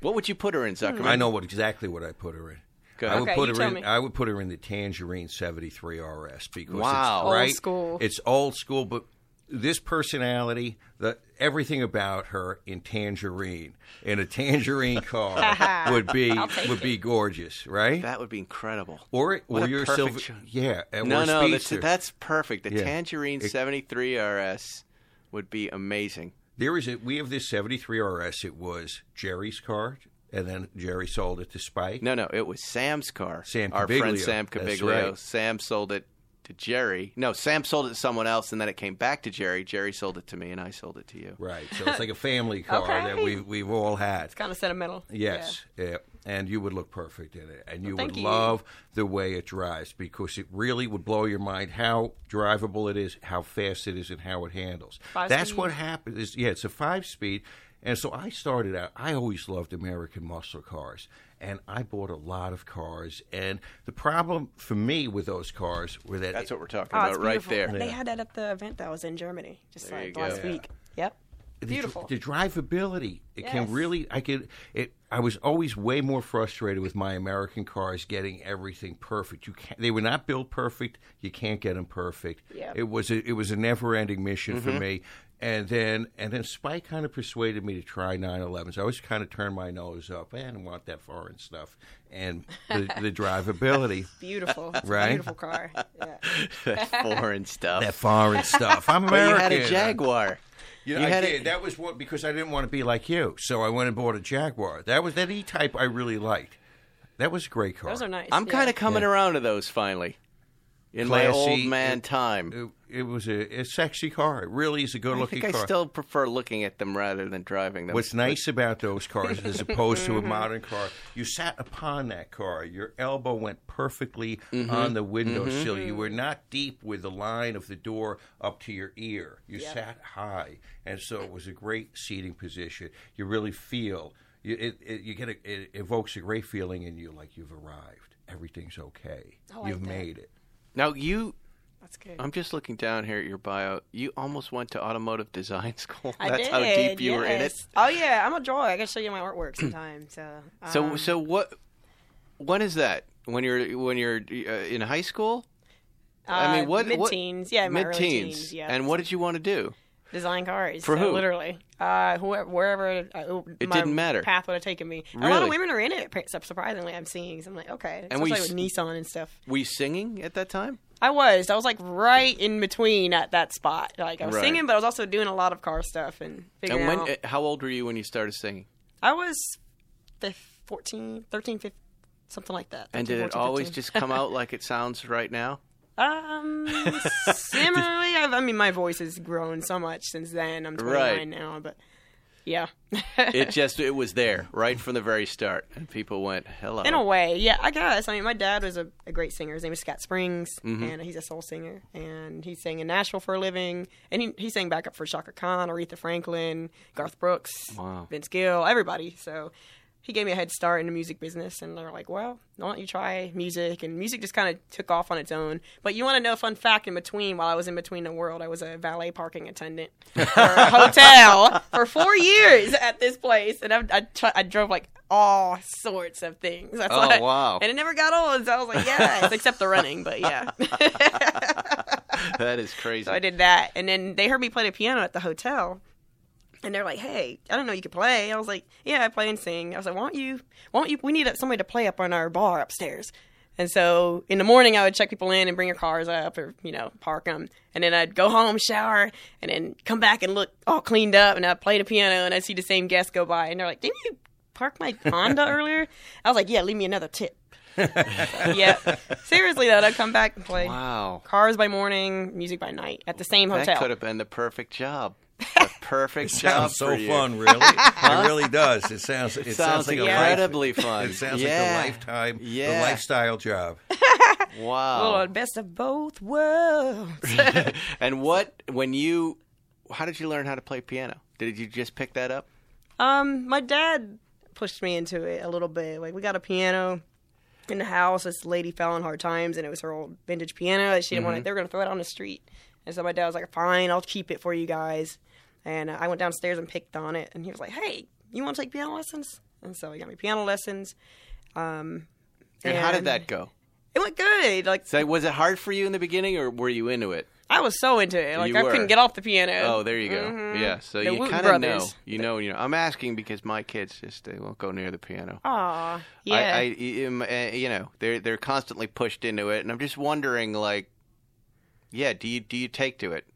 Speaker 4: What would you put her in, Zuckerman?
Speaker 6: Hmm. I know what exactly what I put her in.
Speaker 4: Go
Speaker 6: I
Speaker 4: ahead.
Speaker 6: would
Speaker 7: Okay,
Speaker 6: put
Speaker 7: you
Speaker 6: her
Speaker 7: tell
Speaker 6: in.
Speaker 7: me.
Speaker 6: I would put her in the Tangerine seventy three RS because
Speaker 4: Wow.
Speaker 6: it's
Speaker 4: Old
Speaker 6: right-
Speaker 7: school.
Speaker 6: It's old school, but this personality, the everything about her in Tangerine in a Tangerine car would be would be gorgeous, right?
Speaker 4: That would be incredible.
Speaker 6: or
Speaker 4: What
Speaker 6: or
Speaker 4: a
Speaker 6: your silver,
Speaker 4: perfect cho-
Speaker 6: yeah. uh,
Speaker 4: no, no,
Speaker 6: or
Speaker 4: that's,
Speaker 6: speedster.
Speaker 4: that's perfect. The
Speaker 6: Yeah.
Speaker 4: Tangerine
Speaker 6: It-
Speaker 4: 73 RS would be amazing.
Speaker 6: There is a we have this seventy three RS. It was Jerry's car, and then Jerry sold it to Spike.
Speaker 4: No, no, it was Sam's car.
Speaker 6: Sam
Speaker 4: Our
Speaker 6: Cabiglio.
Speaker 4: friend Sam
Speaker 6: That's
Speaker 4: Cabiglio.
Speaker 6: right.
Speaker 4: Sam sold it to Jerry. No, Sam sold it to someone else, and then it came back to Jerry. Jerry sold it to me, and I sold it to you.
Speaker 6: Right. So it's like a family car that
Speaker 7: Okay.
Speaker 6: we've we've all had.
Speaker 7: Kind of sentimental.
Speaker 6: Yes. Yeah. And you would look perfect in it. And you
Speaker 7: thank
Speaker 6: would
Speaker 7: you.
Speaker 6: love the way it drives because it really would blow your mind how drivable it is, how fast it is, and how it handles.
Speaker 7: Five
Speaker 6: That's
Speaker 7: speed?
Speaker 6: what happens. Is, yeah, it's a five speed. And so I started out, I always loved American muscle cars. And I bought a lot of cars. And the problem for me with those cars were that
Speaker 4: That's what we're talking
Speaker 7: Oh, it's
Speaker 4: about right
Speaker 7: beautiful.
Speaker 4: there.
Speaker 7: They had that at the event that was in Germany just
Speaker 4: There you
Speaker 7: like
Speaker 4: go.
Speaker 7: last
Speaker 4: Yeah.
Speaker 7: week. Yep.
Speaker 6: the dr-
Speaker 7: Beautiful.
Speaker 6: The, drivability. It
Speaker 7: Yes.
Speaker 6: can really. I could. It. I was always way more frustrated with my American cars getting everything perfect. You can't. They were not built perfect. You can't get them perfect.
Speaker 7: Yep.
Speaker 6: It was. A, it was a never-ending mission
Speaker 4: Mm-hmm.
Speaker 6: for me. And then, and then Spike kind of persuaded me to try 911s. I always kind of turned my nose up. "Eh, I didn't want that foreign stuff. And the, the drivability,
Speaker 7: Beautiful. It's a
Speaker 6: Right?
Speaker 7: Beautiful car. Yeah.
Speaker 4: Foreign stuff.
Speaker 6: that foreign stuff. I'm
Speaker 4: But
Speaker 6: American.
Speaker 4: you had a Jaguar.
Speaker 6: You know,
Speaker 4: You
Speaker 6: I
Speaker 4: had a-
Speaker 6: did. That was what because I didn't want to be like you, so I went and bought a Jaguar. That was that E type I really liked. That was a great car.
Speaker 7: Those are nice.
Speaker 4: I'm
Speaker 7: yeah.
Speaker 4: kind of coming around to those finally. In my
Speaker 6: Classy, uh,
Speaker 4: old man
Speaker 6: it-
Speaker 4: time.
Speaker 6: It, it was a, a sexy car. It really is a good
Speaker 4: I
Speaker 6: looking
Speaker 4: think
Speaker 6: car.
Speaker 4: I still prefer looking at them rather than driving them.
Speaker 6: What's nice about those cars, as opposed to a modern car, you sat upon that car. Your elbow went perfectly on the windowsill. You were not deep with the line of the door up to your ear. You sat high, and so it was a great seating position. You really feel you, it, it. You get a, it evokes a great feeling in you, like you've arrived. Everything's okay. you've made it.
Speaker 4: Now you,
Speaker 7: That's good.
Speaker 4: I'm just looking down here at your bio. You almost went to automotive design school.
Speaker 7: I
Speaker 4: That's
Speaker 7: did,
Speaker 4: how deep you were in it.
Speaker 7: yes. Oh yeah, I'm a drawer. I can show you my artwork sometime. So.
Speaker 4: So,
Speaker 7: um,
Speaker 4: so what? When is that? When you're when you're uh, in high school? I
Speaker 7: uh,
Speaker 4: mean, what? what-
Speaker 7: Mid-teens. Yeah, my early
Speaker 4: mid-teens.
Speaker 7: teens, yeah.
Speaker 4: And what did you want to do?
Speaker 7: design cars
Speaker 4: For
Speaker 7: so
Speaker 4: who?
Speaker 7: Literally, uh, whoever, wherever uh,
Speaker 4: It
Speaker 7: my
Speaker 4: didn't matter.
Speaker 7: Path would have taken me. A lot
Speaker 4: Really?
Speaker 7: of women are in it. pa- Surprisingly, I'm seeing. So I'm like, okay,
Speaker 4: And were
Speaker 7: especially
Speaker 4: you
Speaker 7: with Nissan and stuff.
Speaker 4: Were you singing at that time?
Speaker 7: I was. I was like right in between at that spot. Like I was
Speaker 4: Right.
Speaker 7: singing, but I was also doing a lot of car stuff and
Speaker 4: And
Speaker 7: figuring
Speaker 4: when?
Speaker 7: out.
Speaker 4: uh, How old were you when you started singing?
Speaker 7: I was fif- 14, 13, 15, something like that.
Speaker 4: And
Speaker 7: 13,
Speaker 4: did it
Speaker 7: 14,
Speaker 4: always
Speaker 7: 15.
Speaker 4: just come out like it sounds right now?
Speaker 7: Um, similarly, I've, I mean, my voice has grown so much since then. I'm 29
Speaker 4: Right.
Speaker 7: now, but yeah,
Speaker 4: It just it was there right from the very start, and people went hello.
Speaker 7: in a way, yeah, I guess. I mean, my dad was a, a great singer. His name is Scott Springs, and he's a soul singer, and he sang in Nashville for a living, and he, he sang backup for Shaka Khan, Aretha Franklin, Garth Brooks, Vince Gill, everybody. So. He gave me a head start in the music business, and they're like, "Well, why don't you try music?" And music just kind of took off on its own. But you want to know a fun fact? In between, while I was in between the world, I was a valet parking attendant for a hotel for four years at this place, and I, I, tr- I drove like all sorts of things. That's
Speaker 4: Oh,
Speaker 7: why-
Speaker 4: wow.
Speaker 7: And it never got old, so I was like, yes, except the running, but yeah.
Speaker 4: that is crazy.
Speaker 7: so I did that, and then they heard me play the piano at the hotel, and they're like, hey, I don't know, you could play. I was like, yeah, I play and sing. I was like, why don't you, why don't you? We need somebody to play up on our bar upstairs. And so in the morning, I would check people in and bring your cars up or, you know, park them. And then I'd go home, shower, and then come back and look all cleaned up. And I'd play the piano and I'd see the same guests go by. And they're like, didn't you park my Honda earlier? I was like, yeah, leave me another tip. yeah. Seriously, though, I'd come back and play
Speaker 4: Wow.
Speaker 7: cars by morning, music by night at the same hotel.
Speaker 4: That could have been the perfect job. The perfect job.
Speaker 6: Sounds so
Speaker 4: for you.
Speaker 6: fun, really. it really does. It sounds. It,
Speaker 4: sounds
Speaker 6: like
Speaker 4: incredibly
Speaker 6: a life,
Speaker 4: fun.
Speaker 6: It sounds
Speaker 4: Yeah.
Speaker 6: like a lifetime,
Speaker 4: Yeah.
Speaker 6: a lifestyle job.
Speaker 4: Wow.
Speaker 7: Lord, best of both worlds.
Speaker 4: And what when you how did you learn how to play piano? Did you just pick that up?
Speaker 7: um, my dad pushed me into it a little bit. Like we got a piano in the house. This lady fell on hard times, and it was her old vintage piano. that She didn't
Speaker 4: Mm-hmm.
Speaker 7: want it. They were gonna throw it on the street, and so my dad was like, "Fine, I'll keep it for you guys." And uh, I went downstairs and picked on it, and he was like, "Hey, you want to take piano lessons?" And so he got me piano lessons. Um,
Speaker 4: And, how did
Speaker 7: And-
Speaker 4: that go?
Speaker 7: It went good. Like
Speaker 4: So was it hard for you in the beginning or were you into it?
Speaker 7: I was so into it. Like
Speaker 4: You
Speaker 7: I
Speaker 4: were.
Speaker 7: couldn't get off the piano.
Speaker 4: Oh, there you go. Yeah. So
Speaker 7: Uh, mm-hmm. The
Speaker 4: you
Speaker 7: Woot
Speaker 4: kind of know.
Speaker 7: Brothers.
Speaker 4: You know, you know. I'm asking because my kids just they won't go near the piano.
Speaker 7: Aw, yeah.
Speaker 4: I, I am, uh, you know, they're they're constantly pushed into it and I'm just wondering like yeah, do you do you take to it?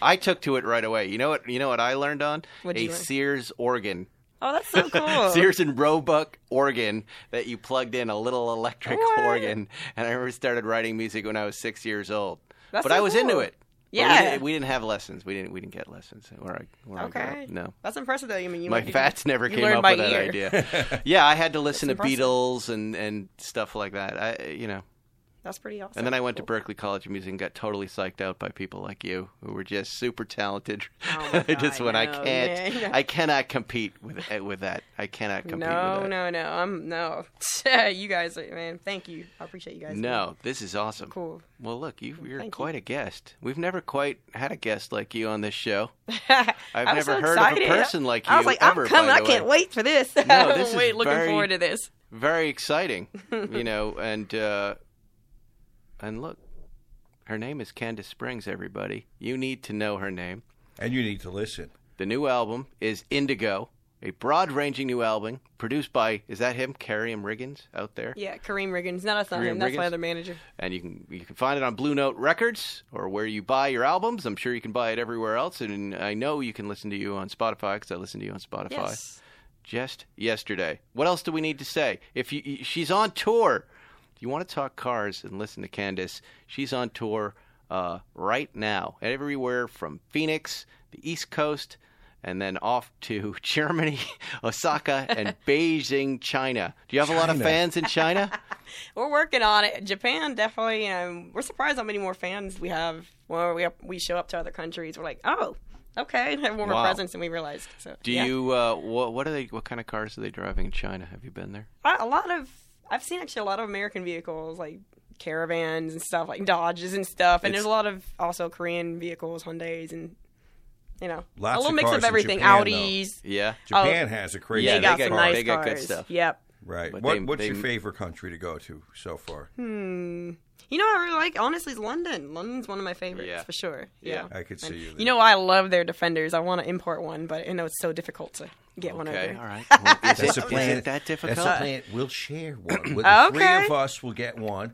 Speaker 4: I took to it right away. You know what you know what I learned on?
Speaker 7: What'd
Speaker 4: a
Speaker 7: you learn?
Speaker 4: Sears organ.
Speaker 7: Oh, that's so cool.
Speaker 4: Sears and Roebuck organ that you plugged in a little electric
Speaker 7: What?
Speaker 4: organ, and I remember started writing music when I was six years old.
Speaker 7: That's
Speaker 4: but
Speaker 7: so
Speaker 4: I was
Speaker 7: cool.
Speaker 4: into it. But we
Speaker 7: Yeah.
Speaker 4: didn't- we, didn't have lessons. We didn't. We didn't get lessons. Where I, where I grew up.
Speaker 7: Okay.
Speaker 4: no.
Speaker 7: That's impressive, though. I mean, you
Speaker 4: My
Speaker 7: might be-
Speaker 4: fats never
Speaker 7: you
Speaker 4: came
Speaker 7: learned
Speaker 4: up
Speaker 7: by
Speaker 4: with that
Speaker 7: ear.
Speaker 4: idea. yeah, I had to listen to
Speaker 7: That's impressive.
Speaker 4: Beatles and, and stuff like that. I, you know,
Speaker 7: That's pretty awesome.
Speaker 4: and then I went to
Speaker 7: Cool.
Speaker 4: Berkeley College of Music and got totally psyched out by people like you who were just super talented.
Speaker 7: Oh my
Speaker 4: I just
Speaker 7: God,
Speaker 4: went, I
Speaker 7: no,
Speaker 4: can't,
Speaker 7: man.
Speaker 4: I cannot compete with eh, with that. I cannot compete
Speaker 7: No,
Speaker 4: with that.
Speaker 7: no, no. I'm no. you guys, are- man. Thank you. I appreciate you guys.
Speaker 4: No, this is awesome.
Speaker 7: Cool.
Speaker 4: Well, look, you, you're
Speaker 7: Thank you.
Speaker 4: quite a guest. We've never quite had a guest like you on this show.
Speaker 7: I've
Speaker 4: never heard of a person like
Speaker 7: I
Speaker 4: you
Speaker 7: was like,
Speaker 4: ever, by
Speaker 7: I'm coming. I
Speaker 4: the
Speaker 7: can't
Speaker 4: way.
Speaker 7: wait for this.
Speaker 4: No, this is
Speaker 7: wait, looking
Speaker 4: very-
Speaker 7: forward to this.
Speaker 4: Very exciting, you know. And uh, and look, her name is Candace Springs. Everybody, you need to know her name.
Speaker 6: and you need to listen.
Speaker 4: The new album is Indigo, a broad-ranging new album produced by is that him, Carriam Riggins, out there.
Speaker 7: Yeah, Kareem Riggins. No, that's not
Speaker 4: Kareem
Speaker 7: him. That's
Speaker 4: Riggins?
Speaker 7: my other manager.
Speaker 4: and you can you can find it on Blue Note Records or where you buy your albums. I'm sure you can buy it everywhere else, and I know you can listen to you on Spotify because I listen to you on Spotify
Speaker 7: Yes.
Speaker 4: just yesterday. What else do we need to say? If you, you- she's on tour, if you want to talk cars and listen to Candace, she's on tour uh, right now, everywhere from Phoenix, the East Coast, and then off to Germany, Osaka, and Beijing, China. Do you have a lot of
Speaker 6: China.
Speaker 4: fans in China?
Speaker 7: We're working on it. Japan definitely. Um, we're surprised how many more fans we have. Well, we we show up to other countries. We're like, oh, okay, have more of a
Speaker 4: Wow.
Speaker 7: presence than we realized. So
Speaker 4: Do
Speaker 7: yeah.
Speaker 4: you uh, what, what are they? What kind of cars are they driving in China? Have you been there?
Speaker 7: I- a lot of I've seen actually a lot of American vehicles like caravans and stuff like Dodges and stuff, and
Speaker 4: It's-
Speaker 7: there's a lot of also Korean vehicles, Hyundais, and you know
Speaker 6: Lots
Speaker 7: a little
Speaker 6: of
Speaker 7: mix
Speaker 6: cars
Speaker 7: of
Speaker 6: in
Speaker 7: everything.
Speaker 6: Japan, though.
Speaker 7: Audis.
Speaker 4: Yeah,
Speaker 6: Japan has a crazy.
Speaker 4: Yeah,
Speaker 7: they,
Speaker 4: they
Speaker 7: got
Speaker 4: got
Speaker 7: some
Speaker 4: cars.
Speaker 7: nice
Speaker 4: They got good
Speaker 7: cars.
Speaker 4: stuff.
Speaker 7: Yep.
Speaker 6: Right.
Speaker 4: But
Speaker 6: What,
Speaker 4: they-
Speaker 6: what's
Speaker 4: they-
Speaker 6: your favorite country to go to so far?
Speaker 7: You know, what I really like honestly is London. London's one of my favorites
Speaker 4: Yeah.
Speaker 7: for sure.
Speaker 4: Yeah.
Speaker 7: Yeah.
Speaker 6: I could see you. There.
Speaker 7: You know, I love their defenders. I want to import one, but I know it's so difficult to get one over.
Speaker 4: Okay, all right. Well, is,
Speaker 6: That's
Speaker 4: it, is
Speaker 6: a plan.
Speaker 4: it that difficult?
Speaker 6: That's a plan. We'll share one. Well, the
Speaker 7: Okay.
Speaker 6: Three of us will get one.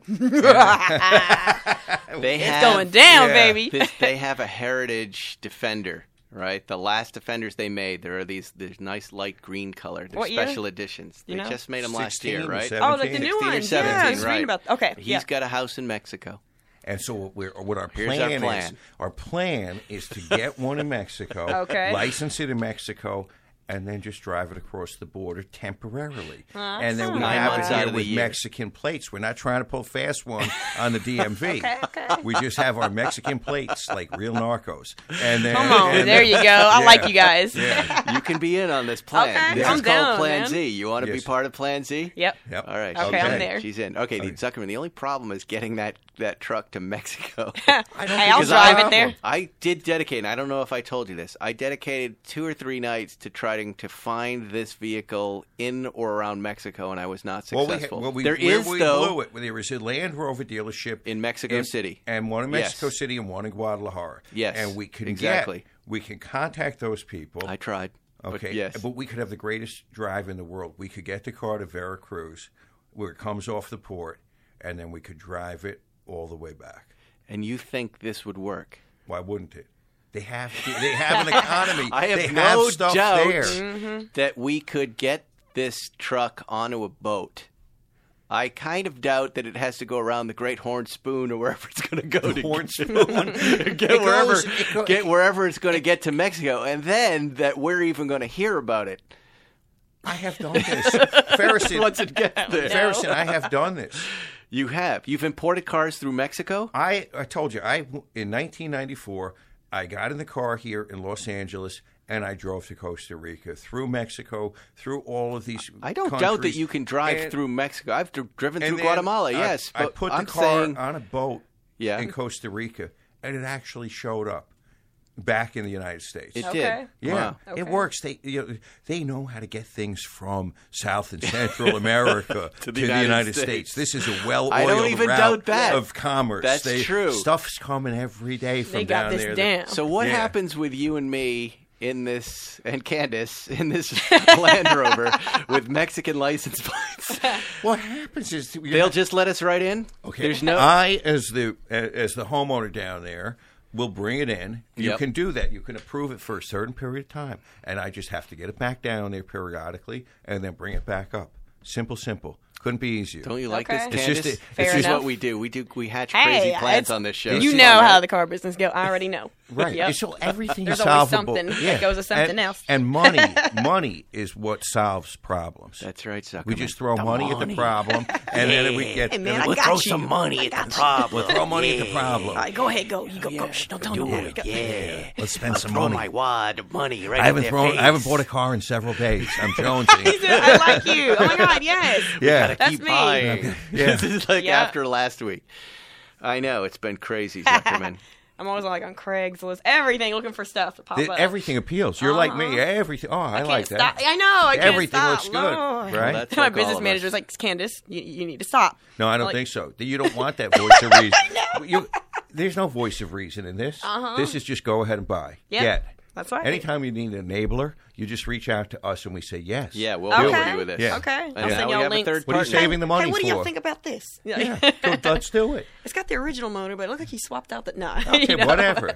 Speaker 4: They
Speaker 7: It's
Speaker 4: have
Speaker 7: going down,
Speaker 6: Yeah.
Speaker 7: baby.
Speaker 4: this, they have a heritage defender, right? The last defenders they made, there are these this nice light green color. They're
Speaker 7: What year?
Speaker 4: special editions.
Speaker 7: You
Speaker 4: they
Speaker 7: know?
Speaker 4: just made them last
Speaker 6: 16
Speaker 4: year,
Speaker 6: or
Speaker 4: right?
Speaker 6: 17.
Speaker 7: Oh, like the new
Speaker 4: 16 or
Speaker 7: one. yeah,
Speaker 4: 17,
Speaker 7: I was
Speaker 4: right.
Speaker 7: reading about. Okay,
Speaker 4: He's
Speaker 7: yeah.
Speaker 4: got a house in Mexico.
Speaker 6: And so what we're, what our
Speaker 4: Here's
Speaker 6: plan,
Speaker 4: our plan.
Speaker 6: is, our plan is to get one in Mexico,
Speaker 7: Okay.
Speaker 6: license it in Mexico, and then just drive it across the border temporarily. and then we
Speaker 4: Nine
Speaker 6: have it
Speaker 4: months out
Speaker 6: here
Speaker 4: of the
Speaker 6: with
Speaker 4: year.
Speaker 6: Mexican plates. We're not trying to pull fast one on the DMV. We just have our Mexican plates like real narcos. And then,
Speaker 7: Come on,
Speaker 6: and
Speaker 7: there you go. I like you guys.
Speaker 4: You can be in on this plan.
Speaker 7: Okay,
Speaker 4: this
Speaker 7: I'm
Speaker 4: is called
Speaker 7: down,
Speaker 4: Plan
Speaker 7: man.
Speaker 4: Z. You want to be
Speaker 6: Yes.
Speaker 4: part of Plan Z?
Speaker 7: Yep.
Speaker 6: Yep.
Speaker 4: All right.
Speaker 7: Okay, I'm
Speaker 4: she's in.
Speaker 7: there.
Speaker 4: She's in. Okay, Nate Zuckerman. The only problem is getting that, that truck to Mexico.
Speaker 6: I don't
Speaker 7: Hey,
Speaker 6: think
Speaker 7: I'll
Speaker 6: it's a
Speaker 7: drive it
Speaker 6: problem.
Speaker 7: there.
Speaker 4: I did dedicate, and I don't know if I told you this, I dedicated two or three nights to trying to find this vehicle in or around Mexico, and I was not
Speaker 6: Well, we, ha-
Speaker 4: successful.
Speaker 6: well, we,
Speaker 4: there
Speaker 6: where
Speaker 4: is,
Speaker 6: we
Speaker 4: though,
Speaker 6: blew it. There was a Land Rover dealership
Speaker 4: In Mexico City.
Speaker 6: and one in
Speaker 4: Yes.
Speaker 6: Mexico City, and one in Guadalajara.
Speaker 4: Yes,
Speaker 6: and we can
Speaker 4: exactly.
Speaker 6: get, we can contact those people.
Speaker 4: I tried.
Speaker 6: Okay,
Speaker 4: But yes.
Speaker 6: but we could have the greatest drive in the world. We could get the car to Veracruz, where it comes off the port, and then we could drive it all the way back.
Speaker 4: and you think this would work.
Speaker 6: Why wouldn't it? They have they have an economy.
Speaker 4: I have
Speaker 6: they
Speaker 4: no
Speaker 6: have stuff
Speaker 4: doubt. Mm.
Speaker 6: there.
Speaker 7: Mm-hmm.
Speaker 4: that we could get this truck onto a boat. I kind of doubt that it has to go around the Great Horn Spoon or wherever it's going to go to
Speaker 6: Horn
Speaker 4: get-
Speaker 6: Spoon.
Speaker 4: get
Speaker 6: It
Speaker 4: wherever
Speaker 6: goes- it go-
Speaker 4: get wherever it's going to get to Mexico, and then that we're even going to hear about it
Speaker 6: I have done this. Ferriston,
Speaker 4: once it gets there.
Speaker 6: Ferriston, I have done this.
Speaker 4: You have you've imported cars through Mexico.
Speaker 6: I, I told you, I in 1994, I got in the car here in Los Angeles and I drove to Costa Rica, through Mexico, through all of these.
Speaker 4: I don't doubt that
Speaker 6: countries.
Speaker 4: you can drive
Speaker 6: And-
Speaker 4: through Mexico. I've dr- driven
Speaker 6: and
Speaker 4: through
Speaker 6: then
Speaker 4: Guatemala.
Speaker 6: I-
Speaker 4: yes,
Speaker 6: I
Speaker 4: but
Speaker 6: put the
Speaker 4: I'm
Speaker 6: car
Speaker 4: saying
Speaker 6: on a boat
Speaker 4: Yeah.
Speaker 6: in Costa Rica, and it actually showed up back in the United States.
Speaker 4: it
Speaker 7: Okay.
Speaker 4: did.
Speaker 6: Yeah,
Speaker 4: Wow.
Speaker 7: Okay.
Speaker 6: it works. They you know, they know how to get things from South and Central America to the, United, States. This is a well-oiled
Speaker 4: I don't even
Speaker 6: route
Speaker 4: doubt that.
Speaker 6: of commerce.
Speaker 4: That's
Speaker 6: They-
Speaker 4: true.
Speaker 6: Stuff's coming every day from
Speaker 7: They
Speaker 6: down there.
Speaker 7: got this
Speaker 6: that-
Speaker 7: down.
Speaker 4: So what
Speaker 6: Yeah.
Speaker 4: happens with you and me in this and Candace in this Land Rover with Mexican license plates?
Speaker 6: What happens is
Speaker 4: They'll just let us right in.
Speaker 6: okay. Uh,
Speaker 4: There's no.
Speaker 6: I as the as the homeowner down there will bring it in. You
Speaker 4: Yep.
Speaker 6: can do that. You can approve it for a certain period of time, and I just have to get it back down there periodically, and then bring it back up. Simple, simple. Couldn't be easier.
Speaker 4: Don't you like
Speaker 7: Okay.
Speaker 4: this,
Speaker 7: It's
Speaker 4: Candace?
Speaker 6: just a-
Speaker 7: Fair
Speaker 4: this is
Speaker 7: enough.
Speaker 4: what we do. We do. We hatch
Speaker 7: Hey,
Speaker 4: crazy plans
Speaker 7: it's-
Speaker 4: on this show.
Speaker 7: You
Speaker 4: She's
Speaker 7: know
Speaker 4: on
Speaker 7: how
Speaker 4: that.
Speaker 7: the car business go. I already know.
Speaker 6: Right.
Speaker 7: Yep.
Speaker 6: And so everything
Speaker 7: There's
Speaker 6: is
Speaker 7: always
Speaker 6: solvable.
Speaker 7: something that goes with something
Speaker 6: and,
Speaker 7: else.
Speaker 6: And money, money is what solves problems.
Speaker 4: That's right, Zuckerman.
Speaker 6: We just throw money, at the problem, and then we get.
Speaker 7: Hey, man,
Speaker 6: and
Speaker 7: I
Speaker 6: we
Speaker 7: got
Speaker 6: throw
Speaker 7: you.
Speaker 6: some
Speaker 7: I
Speaker 6: money at
Speaker 7: got
Speaker 6: the
Speaker 7: you.
Speaker 6: problem. Throw money at the problem.
Speaker 7: All right, go ahead, go. You go, go. Shh, don't tell nobody. Go.
Speaker 6: Yeah, let's spend some
Speaker 2: Throw
Speaker 6: money.
Speaker 2: my wad of money right
Speaker 6: I haven't
Speaker 2: in their
Speaker 6: thrown.
Speaker 2: face.
Speaker 6: I haven't bought a car in several days. I'm jonesing.
Speaker 7: I like you. Oh my god, yes.
Speaker 6: yeah,
Speaker 7: That's
Speaker 4: Keep
Speaker 7: me.
Speaker 4: buying.
Speaker 6: Yeah.
Speaker 4: this is like
Speaker 7: Yeah.
Speaker 4: after last week. I know it's been crazy, Zuckerman.
Speaker 7: I'm always like on Craigslist, everything looking for stuff to pop
Speaker 6: Th-
Speaker 7: up.
Speaker 6: everything appeals. You're like me. Everything. Oh, I,
Speaker 7: Uh-huh. I can't
Speaker 6: like that.
Speaker 7: stop. I know. I can't
Speaker 6: Everything
Speaker 7: stop.
Speaker 6: looks good,
Speaker 7: Lord.
Speaker 6: right? Well,
Speaker 4: that's
Speaker 7: My
Speaker 4: like all
Speaker 7: business
Speaker 4: of
Speaker 7: manager's
Speaker 4: us.
Speaker 7: like, Candace, you, you need to stop.
Speaker 6: No, I don't
Speaker 7: Like-
Speaker 6: think so. You don't want that voice of reason. You- there's no voice of reason in this. This is just go ahead and buy.
Speaker 7: Uh-huh. Yeah,
Speaker 6: Get.
Speaker 7: that's right.
Speaker 6: Anytime you need an enabler, you just just reach out to us and we say yes.
Speaker 4: Yeah, we'll
Speaker 7: Okay.
Speaker 4: do with you with this.
Speaker 6: Yeah.
Speaker 7: Okay.
Speaker 4: And
Speaker 7: I'll
Speaker 4: now
Speaker 7: send
Speaker 4: we
Speaker 7: y'all
Speaker 4: have
Speaker 7: links.
Speaker 4: a third
Speaker 6: What are you
Speaker 4: partner.
Speaker 6: saving the money
Speaker 7: hey, what
Speaker 6: for?
Speaker 7: do y'all think about this?
Speaker 6: Yeah, go- let's do it.
Speaker 7: It's got the original motor, but it looked like he swapped out the no.
Speaker 6: Okay,
Speaker 7: you know?
Speaker 6: whatever.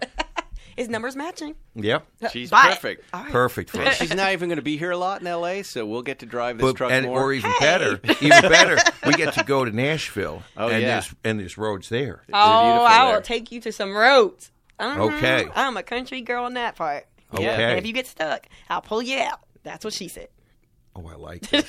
Speaker 7: His number's matching.
Speaker 6: Yep.
Speaker 4: She's
Speaker 7: Buy it.
Speaker 4: perfect.
Speaker 7: All right.
Speaker 6: Perfect for us.
Speaker 4: She's not even going to be here a lot in L.A., so we'll get to drive this
Speaker 6: But-
Speaker 4: truck
Speaker 6: and,
Speaker 4: more.
Speaker 6: or even better, even better, we get to go to Nashville.
Speaker 4: Oh,
Speaker 6: and
Speaker 4: yeah.
Speaker 6: There's, and there's roads there.
Speaker 7: Oh,
Speaker 4: beautiful
Speaker 7: I will
Speaker 4: there.
Speaker 7: take you to some roads. Mhm.
Speaker 6: Okay.
Speaker 7: I'm a country girl on that part.
Speaker 6: Okay.
Speaker 7: And if you get stuck, I'll pull you out. That's what she said.
Speaker 6: Oh, I like this.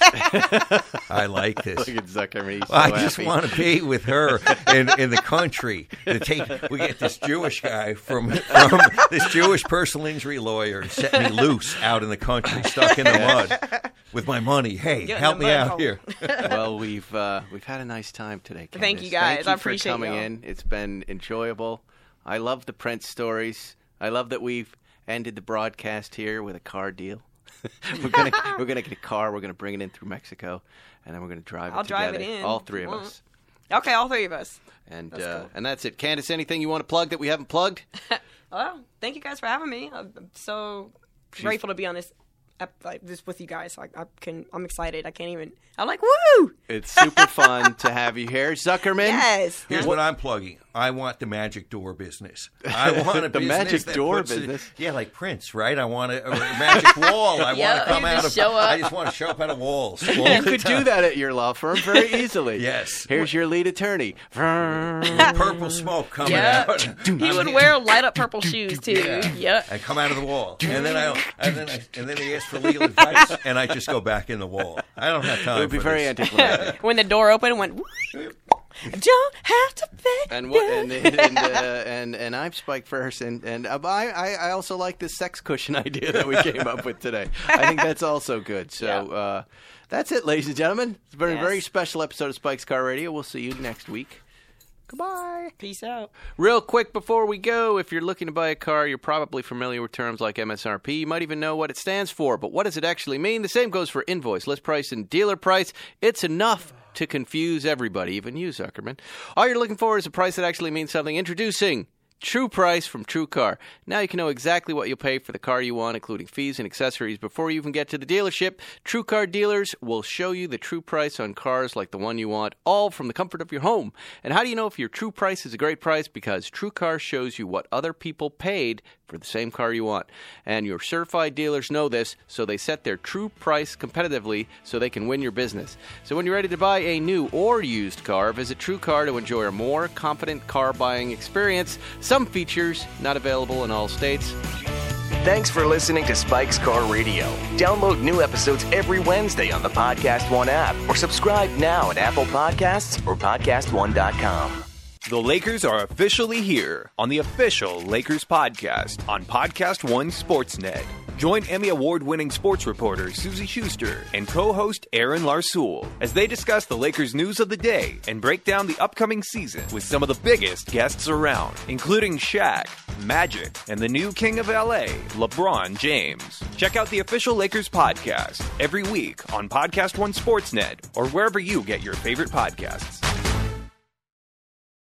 Speaker 6: I like this.
Speaker 4: Look at Zuckerman. He's so
Speaker 6: I just
Speaker 4: happy.
Speaker 6: want to be with her in, in the country. To take, we get this Jewish guy from, from this Jewish personal injury lawyer and set me loose out in the country, stuck in the mud with my money. Hey,
Speaker 7: in
Speaker 6: help
Speaker 7: the
Speaker 6: me
Speaker 7: mud
Speaker 6: out
Speaker 7: hole.
Speaker 6: here.
Speaker 4: well, we've uh, we've had a nice time today. Candace.
Speaker 7: Thank you, guys.
Speaker 4: Thank
Speaker 7: I
Speaker 4: you
Speaker 7: appreciate
Speaker 4: for coming
Speaker 7: y'all.
Speaker 4: in. It's been enjoyable. I love the Prince stories. I love that we've ended the broadcast here with a car deal. we're gonna we're gonna get a car. We're gonna bring it in through Mexico, and then we're gonna drive
Speaker 7: I'll
Speaker 4: it
Speaker 7: drive
Speaker 4: together.
Speaker 7: it in
Speaker 4: All
Speaker 7: if
Speaker 4: three
Speaker 7: you
Speaker 4: of
Speaker 7: want.
Speaker 4: us.
Speaker 7: Okay, all three of us.
Speaker 4: And
Speaker 7: That's
Speaker 4: uh,
Speaker 7: cool.
Speaker 4: and that's it. Candace, anything you want to plug that we haven't plugged?
Speaker 7: Well, thank you guys for having me. I'm I'm so grateful to be on this, ep- like, just with you guys. Like, I can, I'm excited. I can't even. I'm like, woo!
Speaker 4: It's super fun to have you here, Zuckerman.
Speaker 7: Yes.
Speaker 6: Here's what I'm plugging. I want the magic door business. I want a
Speaker 4: The
Speaker 6: business
Speaker 4: magic
Speaker 6: that
Speaker 4: door
Speaker 6: puts it-
Speaker 4: business?
Speaker 6: yeah, like Prince, right? I want a, a magic wall. I
Speaker 7: Yeah,
Speaker 6: want to come
Speaker 7: you
Speaker 6: out of.
Speaker 7: just show up.
Speaker 6: I just want to show up out of walls.
Speaker 4: You could do that at your law firm very easily.
Speaker 6: Yes.
Speaker 4: Here's your lead attorney. Vroom.
Speaker 6: Purple smoke coming
Speaker 7: Yeah.
Speaker 6: out.
Speaker 7: He would wear light up purple shoes too. Yep.
Speaker 6: I come out of the wall, and then I and then I, and then they ask for legal advice, and I just go back in the wall. I don't have time.
Speaker 4: It would be
Speaker 6: for
Speaker 4: very
Speaker 6: this.
Speaker 4: anticlimactic.
Speaker 7: When the door opened, it went. "Woo." I Don't have to pay.
Speaker 4: And what? And and, uh, and and I'm Spike Ferris, and and uh, I I I also like this sex cushion idea that we came up with today. I think that's also good. So
Speaker 7: Yeah.
Speaker 4: uh, that's it, ladies and gentlemen. It's been a very
Speaker 7: Yes.
Speaker 4: special episode of Spike's Car Radio. We'll see you next week. Goodbye.
Speaker 7: Peace out.
Speaker 4: Real quick before we go, if you're looking to buy a car, you're probably familiar with terms like MSRP. You might even know what it stands for, but what does it actually mean? The same goes for invoice, list price, and dealer price. It's enough to confuse everybody, even you, Zuckerman. All you're looking for is a price that actually means something. Introducing True Price from True Car. Now you can know exactly what you'll pay for the car you want, including fees and accessories, before you even get to the dealership. True Car dealers will show you the true price on cars like the one you want, all from the comfort of your home. And how do you know if your true price is a great price? Because True Car shows you what other people paid for the same car you want. And your certified dealers know this, so they set their true price competitively so they can win your business. So when you're ready to buy a new or used car, visit TrueCar to enjoy a more confident car buying experience. Some features not available in all states.
Speaker 5: Thanks for listening to Spike's Car Radio. Download new episodes every Wednesday on the Podcast One app or subscribe now at Apple Podcasts or PodcastOne.com.
Speaker 9: The Lakers are officially here on the official Lakers podcast on Podcast One Sportsnet. Join Emmy Award winning sports reporter Susie Schuster and co host Aaron Larsoul as they discuss the Lakers news of the day and break down the upcoming season with some of the biggest guests around, including Shaq, Magic, and the new King of LA, LeBron James. Check out the official Lakers podcast every week on Podcast One Sportsnet or wherever you get your favorite podcasts.